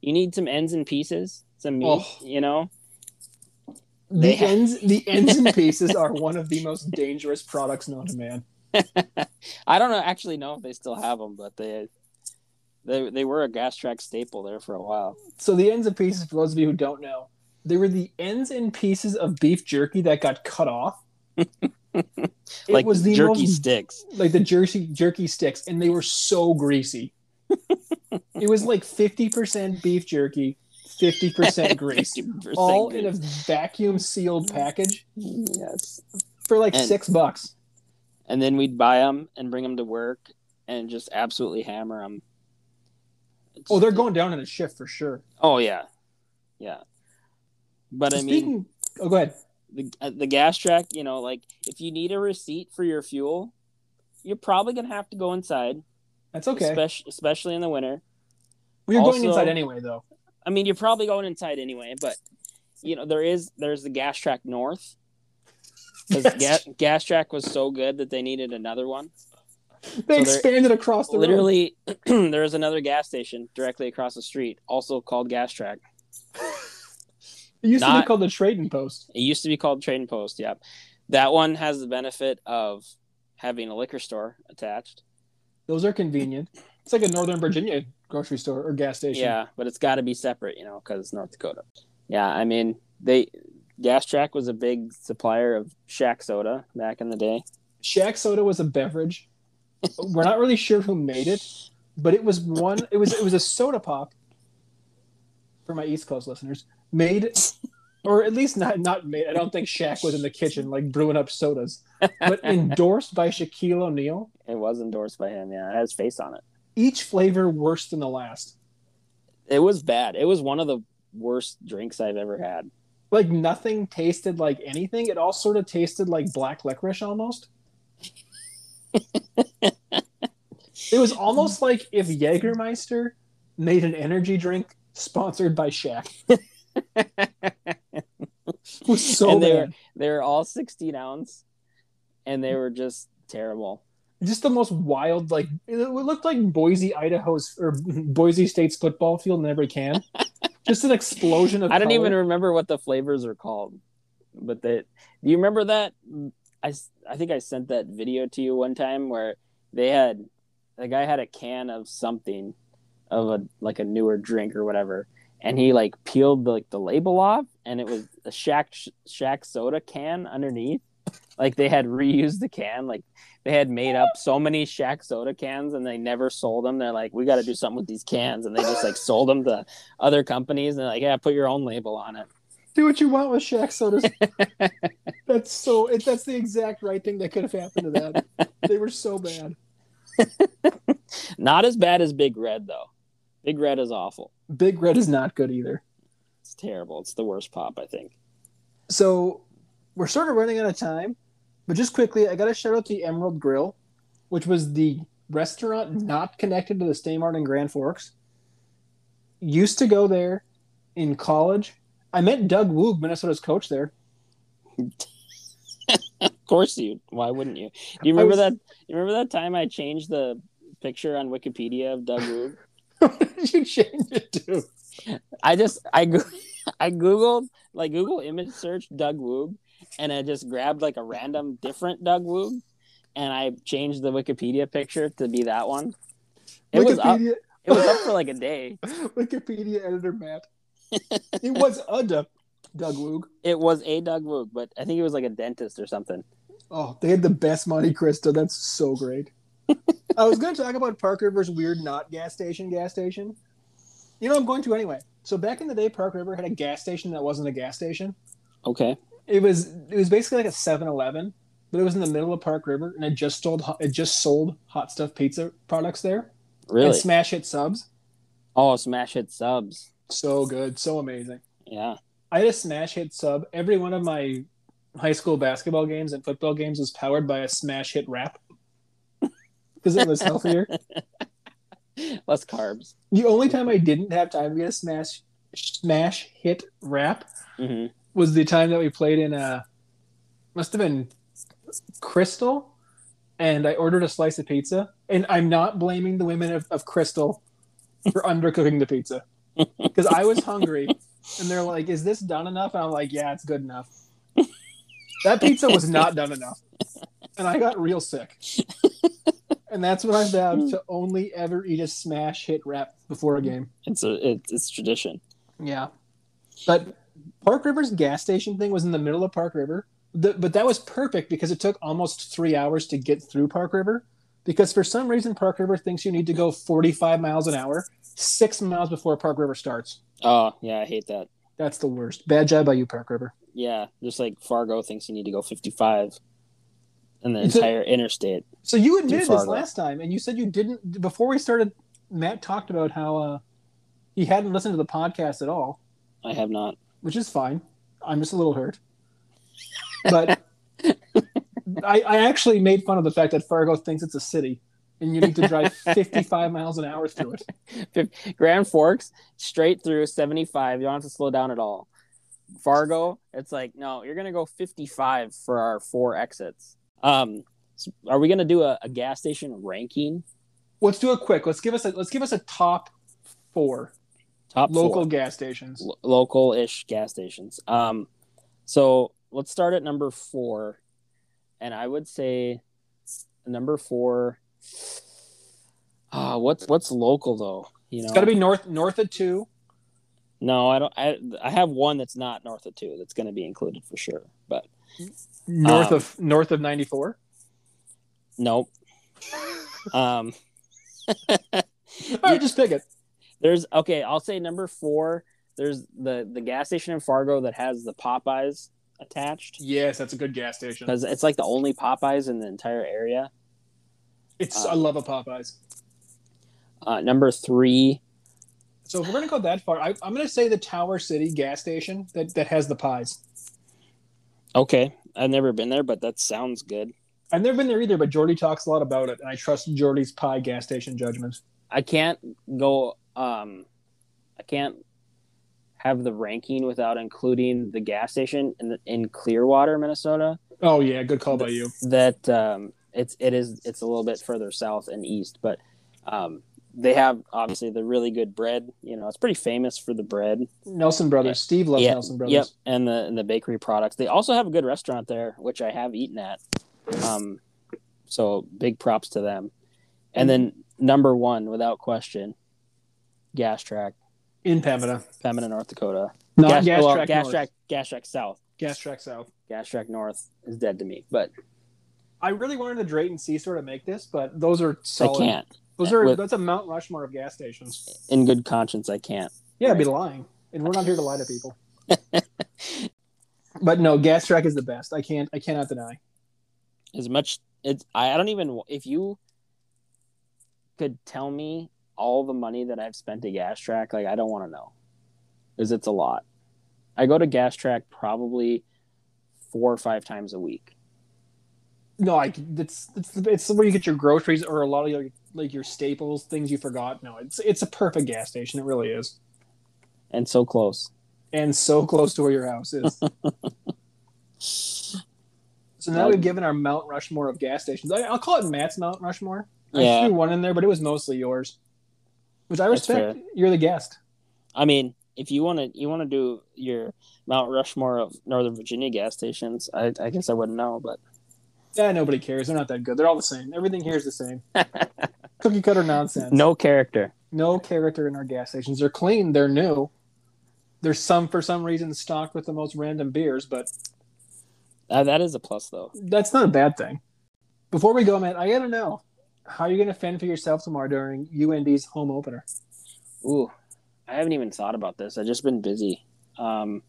[SPEAKER 2] You need some ends and pieces, some meat.
[SPEAKER 1] Oh.
[SPEAKER 2] You know,
[SPEAKER 1] The
[SPEAKER 2] They-
[SPEAKER 1] ends the ends and pieces are one of the most dangerous products known to man.
[SPEAKER 2] I don't know, actually know if they still have them, but they they they were a gas track staple there for a while.
[SPEAKER 1] So the ends and pieces, for those of you who don't know, they were the ends and pieces of beef jerky that got cut off. it
[SPEAKER 2] like
[SPEAKER 1] was the
[SPEAKER 2] jerky
[SPEAKER 1] most
[SPEAKER 2] sticks.
[SPEAKER 1] like the jersey jerky sticks and they were so greasy it was like 50% beef jerky 50% grease
[SPEAKER 2] 50%
[SPEAKER 1] all in a
[SPEAKER 2] grease.
[SPEAKER 1] vacuum sealed package
[SPEAKER 2] yes.
[SPEAKER 1] for like
[SPEAKER 2] And-
[SPEAKER 1] six bucks.
[SPEAKER 2] and then we'd buy them and bring them to work and just absolutely hammer them.
[SPEAKER 1] Oh, they're going down in a shift for sure.
[SPEAKER 2] Oh yeah, yeah. But I mean,
[SPEAKER 1] Speaking, oh, go ahead.
[SPEAKER 2] the uh, the gas track. You know, like if you need a receipt for your fuel, you're probably gonna have to go inside,
[SPEAKER 1] That's okay.
[SPEAKER 2] especially especially in the winter.
[SPEAKER 1] we were going
[SPEAKER 2] also-
[SPEAKER 1] inside anyway, though.
[SPEAKER 2] I mean, you're probably going inside anyway, but you know there is there's the gas track north because
[SPEAKER 1] Yes.
[SPEAKER 2] gas track was so good that they needed another one.
[SPEAKER 1] They
[SPEAKER 2] so they're-
[SPEAKER 1] expanded across the road.
[SPEAKER 2] Literally, there is another gas station directly across the street, also called Gas Track.
[SPEAKER 1] It used to be
[SPEAKER 2] not-
[SPEAKER 1] called the trading post.
[SPEAKER 2] It used to be called Trade and Post. Yep, that one has the benefit of having a liquor store attached.
[SPEAKER 1] Those are convenient. It's like a Northern Virginia grocery store or gas station.
[SPEAKER 2] Yeah, but it's got to be separate, you know, because it's North Dakota. Yeah, I mean they Gas Track was a big supplier of Shack soda back in the day.
[SPEAKER 1] Shack soda was a beverage. We're not really sure who made it, but it was one. It was it was a soda pop. For my East Coast listeners, made, or at least not not made. I don't think Shaq was in the kitchen like brewing up sodas, but endorsed by Shaquille O'Neal.
[SPEAKER 2] It was endorsed by him. Yeah, it has face on it.
[SPEAKER 1] Each flavor worse than the last.
[SPEAKER 2] It was bad. It was one of the worst drinks I've ever had.
[SPEAKER 1] Like nothing tasted like anything. It all sort of tasted like black licorice almost. it was almost like if Jägermeister made an energy drink sponsored by Shaq. It was so
[SPEAKER 2] And they were-
[SPEAKER 1] bad.
[SPEAKER 2] They were all 16 ounce, and they were just terrible.
[SPEAKER 1] just the most wild like it looked like boise idaho's or boise state's football field in every can just an explosion of
[SPEAKER 2] I don't
[SPEAKER 1] color.
[SPEAKER 2] even remember what the flavors are called, but they. Do you remember that? I s- I think I sent that video to you one time where they had the guy had a can of something, of a like a newer drink or whatever, and he like peeled the, like the label off, and it was a Shack Shack soda can underneath. Like they had reused the can, like they had made up so many Shack soda cans, and they never sold them. They're like, we got to do something with these cans, and they just like sold them to other companies and like, yeah, put your own label on it.
[SPEAKER 1] do what you want with Shaq sodas that's so it, that's the exact right thing that could have happened to them they were so bad
[SPEAKER 2] Not as bad as Big Red though. Big Red is awful.
[SPEAKER 1] big red is not good either
[SPEAKER 2] It's terrible. It's the worst pop, I think.
[SPEAKER 1] so we're sort of running out of time but just quickly i gotta shout out the emerald grill which was the restaurant not connected to the staymart in grand forks used to go there in college i met doug Woog, minnesota's coach there
[SPEAKER 2] Of course you. Why wouldn't you? Do you remember
[SPEAKER 1] was-
[SPEAKER 2] that? You remember that time I changed the picture on Wikipedia of Doug Wood?
[SPEAKER 1] what did you change it to?
[SPEAKER 2] I just I go- I googled like Google image search Doug Woog and I just grabbed like a random different Doug Woog and I changed the Wikipedia picture to be that one. It was up
[SPEAKER 1] Wikipedia,
[SPEAKER 2] it was up for like a day.
[SPEAKER 1] Wikipedia editor Matt. it was a Doug, Doug Woog.
[SPEAKER 2] It was a Doug Woog, but I think it was like a dentist or something.
[SPEAKER 1] Oh, they had the best Monte Cristo. That's so great. I was going to talk about Park River's weird not gas station gas station. You know, I'm going to anyway. So back in the day, Park River had a gas station that wasn't a gas station.
[SPEAKER 2] Okay.
[SPEAKER 1] It was it was basically like a 7-Eleven, but it was in the middle of Park River, and it just sold hot- it just sold hot stuff pizza products there
[SPEAKER 2] Really?
[SPEAKER 1] and smash hit subs.
[SPEAKER 2] oh, smash hit subs.
[SPEAKER 1] So good, so amazing.
[SPEAKER 2] Yeah.
[SPEAKER 1] I had a smash hit sub. Every one of my high school basketball games and football games was powered by a smash hit wrap because it was healthier.
[SPEAKER 2] Less carbs.
[SPEAKER 1] The only time I didn't have time to get a smash smash hit wrap
[SPEAKER 2] hmm
[SPEAKER 1] was the time that we played in a must have been Crystal, and I ordered a slice of pizza. And I'm not blaming the women of, of Crystal for undercooking the pizza because I was hungry, and they're like, "Is this done enough?" And I'm like, "Yeah, it's good enough." That pizza was not done enough, and I got real sick. And that's when I vowed to only ever eat a smash hit wrap before a game.
[SPEAKER 2] It's a it, it's tradition.
[SPEAKER 1] Yeah. But Park River's gas station thing was in the middle of Park River. The, but that was perfect because it took almost three hours to get through Park River. Because for some reason, Park River thinks you need to go 45 miles an hour, six miles before Park River starts.
[SPEAKER 2] Oh yeah, I hate that.
[SPEAKER 1] That's the worst. Bad job by you, Park River.
[SPEAKER 2] Yeah, just like Fargo thinks you need to go fifty five. in the
[SPEAKER 1] You said-
[SPEAKER 2] entire interstate.
[SPEAKER 1] So you admitted this
[SPEAKER 2] Fargo.
[SPEAKER 1] last time, and you said you didn't before we started. Matt talked about how uh, he hadn't listened to the podcast at all,
[SPEAKER 2] I have not.
[SPEAKER 1] which is fine. I'm just a little hurt, but I, I actually made fun of the fact that Fargo thinks it's a city, and you need to drive 55 miles an hour through it.
[SPEAKER 2] Grand Forks, straight through 75. You don't have to slow down at all. Fargo, it's like, no, you're going to go 55 for our four exits. Um, s- are we going to do a, a gas station ranking?
[SPEAKER 1] Let's do it quick. Let's give us a let's give us a top four
[SPEAKER 2] Top
[SPEAKER 1] local
[SPEAKER 2] four.
[SPEAKER 1] gas stations.
[SPEAKER 2] Lo- local-ish gas stations. Um, so let's start at number four, and I would say number four. Uh, what's what's local though? You know,
[SPEAKER 1] It's got to be north north of two.
[SPEAKER 2] no, I don't. I I have one that's not north of two. That's going to be included for sure. But
[SPEAKER 1] north
[SPEAKER 2] Um,
[SPEAKER 1] of north of 94
[SPEAKER 2] nope. um,
[SPEAKER 1] all right just pick it
[SPEAKER 2] there's okay. I'll say number four. There's the the gas station in Fargo that has the Popeyes attached.
[SPEAKER 1] yes that's a good gas station
[SPEAKER 2] Because it's like the only Popeyes in the entire area.
[SPEAKER 1] it's
[SPEAKER 2] uh,
[SPEAKER 1] i love a popeyes
[SPEAKER 2] Uh, number three,
[SPEAKER 1] so if we're gonna go that far I, i'm gonna say the tower city gas station that, that has the pies
[SPEAKER 2] Okay, I've never been there, but that sounds good.
[SPEAKER 1] i've never been there either but jordy talks a lot about it and i trust jordy's pie gas station judgment
[SPEAKER 2] I can't go. Um, I can't have the ranking without including the gas station in, in Clearwater, Minnesota.
[SPEAKER 1] oh yeah good call by you
[SPEAKER 2] That um, it's it is it's a little bit further south and east, but um, they have obviously the really good bread. You know, it's pretty famous for the bread.
[SPEAKER 1] nelson brothers steve loves
[SPEAKER 2] Yeah,
[SPEAKER 1] nelson brothers
[SPEAKER 2] Yep, and the and the bakery products. They also have a good restaurant there, which I have eaten at. Um, so big props to them. And then number one, without question, Gas Track,
[SPEAKER 1] in pemina
[SPEAKER 2] Pemina, North Dakota.
[SPEAKER 1] not gas,
[SPEAKER 2] well,
[SPEAKER 1] track
[SPEAKER 2] Gas
[SPEAKER 1] north.
[SPEAKER 2] Track, Gas Track South,
[SPEAKER 1] gas track south
[SPEAKER 2] Gas Track North is dead to me, but
[SPEAKER 1] i really wanted the drayton seastore to make this but those are
[SPEAKER 2] I
[SPEAKER 1] solid
[SPEAKER 2] can't.
[SPEAKER 1] those are
[SPEAKER 2] With-
[SPEAKER 1] that's a mount rushmore of gas stations
[SPEAKER 2] In good conscience, I can't.
[SPEAKER 1] Yeah, I'd be lying. And we're not here to lie to people. but no, Gas Track is the best. I can't I cannot deny.
[SPEAKER 2] As much it's I, I don't even if you could tell me all the money that I've spent at Gas Track, like I don't want to know. Because it's a lot. I go to Gas Track probably four or five times a week.
[SPEAKER 1] No, I it's it's it's where you get your groceries or a lot of your like your staples, things you forgot. No, it's it's a perfect gas station. It really is.
[SPEAKER 2] And so close.
[SPEAKER 1] And so close to where your house is. so now we've given our Mount Rushmore of gas stations. I, I'll call it Matt's Mount Rushmore. I
[SPEAKER 2] Yeah.
[SPEAKER 1] threw one in there, but it was mostly yours. Which I
[SPEAKER 2] That's
[SPEAKER 1] respect. You're the guest.
[SPEAKER 2] I mean, if you wanna you wanna do your Mount Rushmore of Northern Virginia gas stations, I, I guess I wouldn't know, but
[SPEAKER 1] Yeah, nobody cares. They're not that good. They're all the same. Everything here is the same. Cookie cutter nonsense.
[SPEAKER 2] no character.
[SPEAKER 1] No character in our gas stations. They're clean. They're new. There's some for some reason stocked with the most random beers, but
[SPEAKER 2] Uh, that is a plus though.
[SPEAKER 1] that's not a bad thing. Before we go, man, I gotta know how you're gonna fend for yourself tomorrow during UND's home opener.
[SPEAKER 2] Ooh, I haven't even thought about this. I've just been busy, um,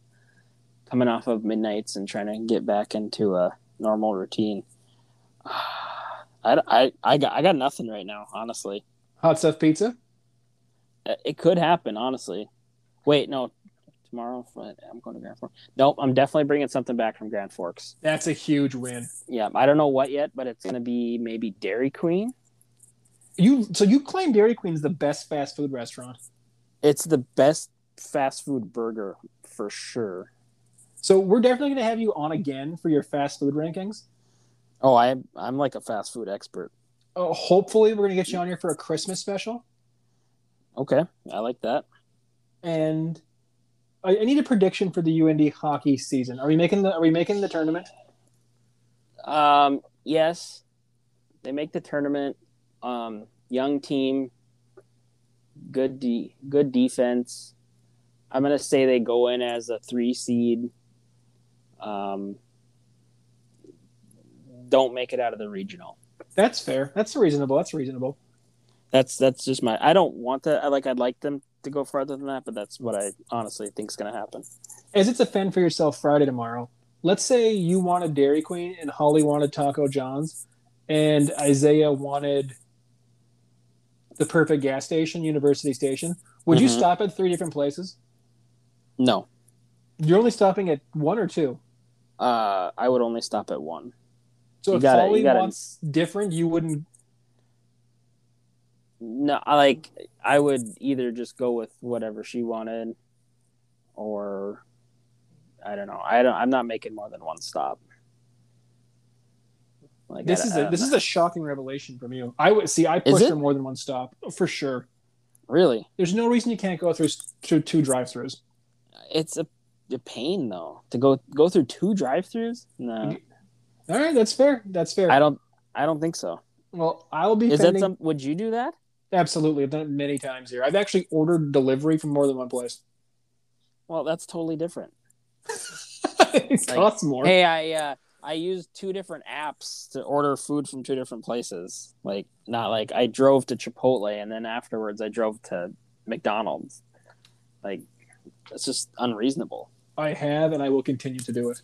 [SPEAKER 2] coming off of midnights and trying to get back into a normal routine. I, I, I got I got nothing right now, honestly.
[SPEAKER 1] Hot stuff pizza.
[SPEAKER 2] Uh, It could happen, honestly. Wait, no, tomorrow but I'm going to Grand Forks. Nope, I'm definitely bringing something back from Grand Forks.
[SPEAKER 1] That's a huge win.
[SPEAKER 2] Yeah, I don't know what yet, but it's going to be maybe Dairy Queen.
[SPEAKER 1] You so you claim Dairy Queen's the best fast food restaurant.
[SPEAKER 2] It's the best fast food burger for sure.
[SPEAKER 1] So we're definitely gonna have you on again for your fast food rankings.
[SPEAKER 2] Oh, I I'm like a fast food expert.
[SPEAKER 1] Uh, hopefully, we're gonna get you on here for a Christmas special.
[SPEAKER 2] Okay, I like that.
[SPEAKER 1] and I, I need a prediction for the UND hockey season. Are we making the Are we making the tournament?
[SPEAKER 2] Um, yes, they make the tournament. Um, young team, good de- good defense. I'm gonna say they go in as a three seed. Um, don't make it out of the regional.
[SPEAKER 1] That's fair. That's reasonable. That's reasonable.
[SPEAKER 2] That's that's just my. I don't want that. I like. I'd like them to go farther than that, but that's what I honestly think is gonna happen.
[SPEAKER 1] As it's a fan for yourself Friday tomorrow, let's say you wanted Dairy Queen and Holly wanted Taco John's, and Isaiah wanted the perfect gas station, University Station. Would you
[SPEAKER 2] Mhm.
[SPEAKER 1] stop at three different places?
[SPEAKER 2] No,
[SPEAKER 1] You're only stopping at one or two.
[SPEAKER 2] uh, I would only stop at one.
[SPEAKER 1] So
[SPEAKER 2] You
[SPEAKER 1] if
[SPEAKER 2] gotta- you
[SPEAKER 1] Holly
[SPEAKER 2] gotta-
[SPEAKER 1] wants different, you wouldn't.
[SPEAKER 2] No, I like I would either just go with whatever she wanted, or I don't know. I don't. I'm not making more than one stop. Like
[SPEAKER 1] This is a, this is a shocking revelation from you. I would see. I
[SPEAKER 2] it?
[SPEAKER 1] pushed for more than one stop for sure.
[SPEAKER 2] really
[SPEAKER 1] There's no reason you can't go through through two drive-throughs.
[SPEAKER 2] it's a, a pain though to go go through two drive-throughs. No,
[SPEAKER 1] All right, that's fair. That's fair.
[SPEAKER 2] I don't. I don't think so.
[SPEAKER 1] well, I'll be
[SPEAKER 2] Is that
[SPEAKER 1] defending
[SPEAKER 2] some? Would you do that?
[SPEAKER 1] absolutely. I've done it many times here. I've actually ordered delivery from more than one place.
[SPEAKER 2] Well, that's totally different.
[SPEAKER 1] it
[SPEAKER 2] Like,
[SPEAKER 1] costs more.
[SPEAKER 2] Hey, I uh, I used two different apps to order food from two different places. Like not like I drove to Chipotle and then afterwards I drove to McDonald's. Like that's just unreasonable.
[SPEAKER 1] I have, and I will continue to do it.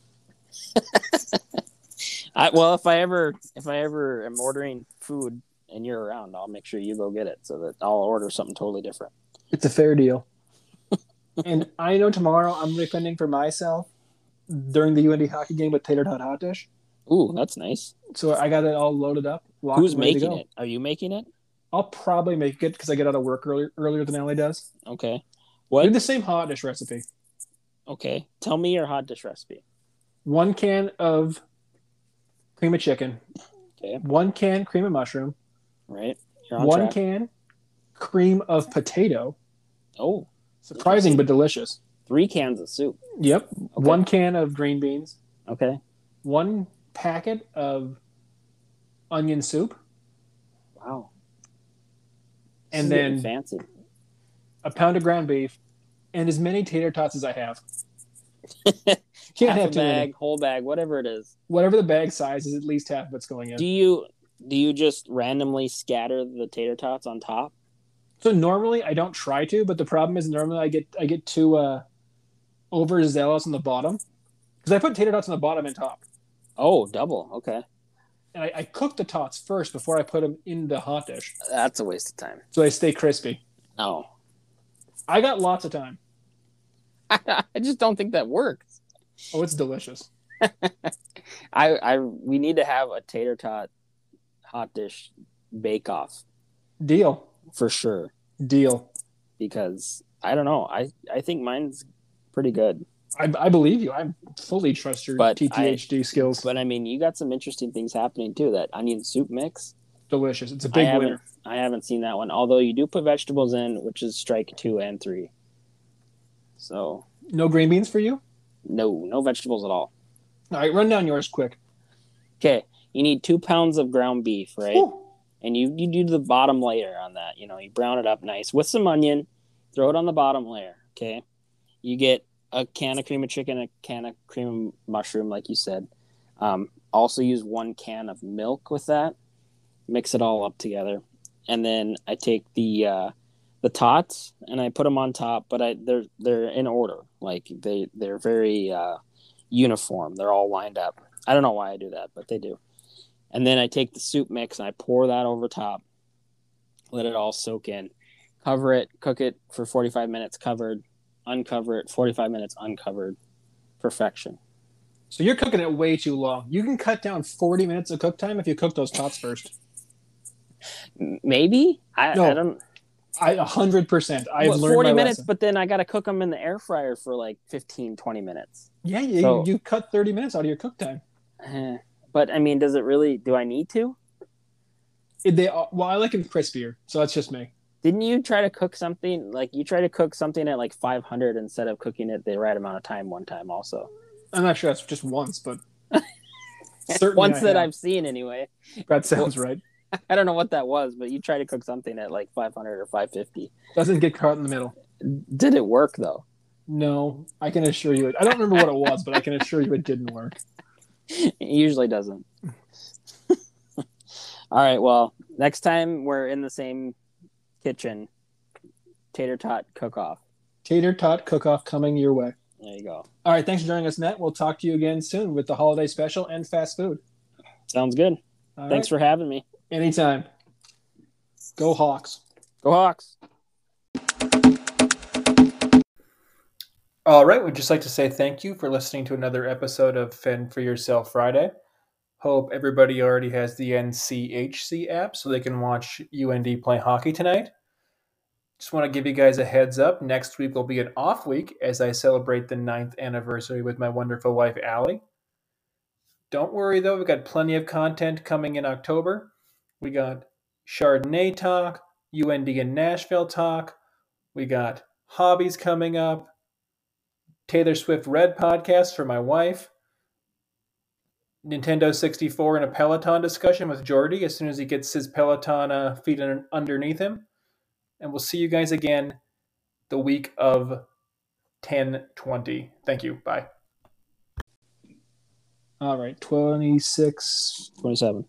[SPEAKER 2] I well, if I ever if I ever am ordering food and you're around, I'll make sure you go get it so that I'll order something totally different.
[SPEAKER 1] It's a fair deal. and I know tomorrow I'm defending for myself during the UND hockey game with tater tot hot dish.
[SPEAKER 2] Ooh, that's nice.
[SPEAKER 1] So I got it all loaded up. locked,
[SPEAKER 2] Who's
[SPEAKER 1] and ready to
[SPEAKER 2] making
[SPEAKER 1] go.
[SPEAKER 2] it? Are you making it?
[SPEAKER 1] I'll probably make it because I get out of work earlier earlier than Ellie does.
[SPEAKER 2] Okay.
[SPEAKER 1] I
[SPEAKER 2] What?
[SPEAKER 1] did the same hot dish recipe.
[SPEAKER 2] Okay. Tell me your hot dish recipe.
[SPEAKER 1] One can of cream of chicken.
[SPEAKER 2] Okay.
[SPEAKER 1] One can cream of mushroom.
[SPEAKER 2] Right. You're on
[SPEAKER 1] One
[SPEAKER 2] track.
[SPEAKER 1] can cream of potato.
[SPEAKER 2] Oh,
[SPEAKER 1] Surprising but delicious.
[SPEAKER 2] three cans of soup.
[SPEAKER 1] Yep. One can of green beans.
[SPEAKER 2] Okay.
[SPEAKER 1] One packet of onion soup.
[SPEAKER 2] Wow.
[SPEAKER 1] And
[SPEAKER 2] This is getting
[SPEAKER 1] then-
[SPEAKER 2] fancy.
[SPEAKER 1] a pound of ground beef, and as many tater tots as I have. Can't
[SPEAKER 2] Half a
[SPEAKER 1] have too
[SPEAKER 2] bag,
[SPEAKER 1] many.
[SPEAKER 2] whole bag, whatever it is.
[SPEAKER 1] Whatever the bag size is, at least half of it's going in.
[SPEAKER 2] Do you do you just randomly scatter the tater tots on top?
[SPEAKER 1] so normally I don't try to, but the problem is normally I get I get too uh, overzealous on the bottom because I put tater tots on the bottom and top,
[SPEAKER 2] Oh, double. Okay.
[SPEAKER 1] and I, I cook the tots first before I put them in the hot dish,
[SPEAKER 2] That's a waste of time.
[SPEAKER 1] so they stay crispy.
[SPEAKER 2] No.
[SPEAKER 1] I got lots of time.
[SPEAKER 2] I just don't think that works.
[SPEAKER 1] Oh, it's delicious.
[SPEAKER 2] I I we need to have a tater tot hot dish bake off
[SPEAKER 1] Deal,
[SPEAKER 2] for sure
[SPEAKER 1] deal.
[SPEAKER 2] because I don't know. I I think mine's pretty good.
[SPEAKER 1] I, I believe you. I fully trust your
[SPEAKER 2] But I-
[SPEAKER 1] TTHD skills.
[SPEAKER 2] But I mean, you got some interesting things happening too. That onion soup mix.
[SPEAKER 1] Delicious. It's a
[SPEAKER 2] I
[SPEAKER 1] big
[SPEAKER 2] haven't-
[SPEAKER 1] winner.
[SPEAKER 2] I haven't seen that one. Although you do put vegetables in, which is strike two and three. So
[SPEAKER 1] No green beans for you?
[SPEAKER 2] no, no vegetables at all.
[SPEAKER 1] All right, run down yours quick.
[SPEAKER 2] Okay, you need two pounds of ground beef, right?
[SPEAKER 1] Whew.
[SPEAKER 2] And you you do the bottom layer on that. You know, you brown it up nice with some onion. Throw it on the bottom layer. Okay, you get a can of cream of chicken, a can of cream of mushroom, like you said. Um, also use one can of milk with that. Mix it all up together, and then I take the uh, the tots and I put them on top. But I they're they're in order. Like they they're very uh, uniform. They're all lined up. I don't know why I do that, but they do. And then I take the soup mix and I pour that over top. Let it all soak in. Cover it. Cook it for 45 minutes. Covered. Uncover it. 45 minutes. Uncovered. Perfection.
[SPEAKER 1] So you're cooking it way too long. You can cut down 40 minutes of cook time if you cook those tots first.
[SPEAKER 2] M- Maybe I, I
[SPEAKER 1] No.
[SPEAKER 2] don't.
[SPEAKER 1] I 100%. I've
[SPEAKER 2] Well,
[SPEAKER 1] learned
[SPEAKER 2] 40
[SPEAKER 1] my
[SPEAKER 2] minutes,
[SPEAKER 1] lesson.
[SPEAKER 2] but then I got to cook them in the air fryer for like 15, 20 minutes.
[SPEAKER 1] Yeah, you,
[SPEAKER 2] So-
[SPEAKER 1] you cut 30 minutes out of your cook time.
[SPEAKER 2] Eh, But I mean, does it really? Do I need to?
[SPEAKER 1] It- They are- well, I like them crispier, so that's just me.
[SPEAKER 2] Didn't you try to cook something like you try to cook something at like 500 instead of cooking it the right amount of time one time? Also,
[SPEAKER 1] I'm not sure that's just once, but certainly
[SPEAKER 2] once
[SPEAKER 1] I
[SPEAKER 2] that
[SPEAKER 1] have.
[SPEAKER 2] I've seen anyway.
[SPEAKER 1] that sounds right.
[SPEAKER 2] I don't know what that was, but you try to cook something at like 500 or 550.
[SPEAKER 1] Doesn't get caught in the middle.
[SPEAKER 2] Did it work though?
[SPEAKER 1] No, I can assure you it. I don't remember what it was, but I can assure you it didn't work.
[SPEAKER 2] It usually doesn't. All right. Well, next time we're in the same kitchen, tater tot cook off.
[SPEAKER 1] Tater tot cook off coming your way.
[SPEAKER 2] There you go.
[SPEAKER 3] All right, thanks for joining us, Matt. We'll talk to you again soon with the holiday special and fast food.
[SPEAKER 2] Sounds good.
[SPEAKER 3] All
[SPEAKER 2] Thanks for having me.
[SPEAKER 3] right, anytime. Go Hawks.
[SPEAKER 2] Go Hawks.
[SPEAKER 3] All right, we'd just like to say thank you for listening to another episode of Fend for Yourself Friday. Hope everybody already has the NCHC app so they can watch UND play hockey tonight. Just want to give you guys a heads up. Next week will be an off week as I celebrate the ninth anniversary with my wonderful wife, Allie. Don't worry though, we've got plenty of content coming in October. We got Chardonnay talk, UND and Nashville talk, we got hobbies coming up. Taylor Swift Red podcast for my wife. Nintendo 64 and a Peloton discussion with Jordy as soon as he gets his Peloton uh, feet un- underneath him. And we'll see you guys again the week of 1020. Thank you. Bye. All right, 26.
[SPEAKER 2] 27.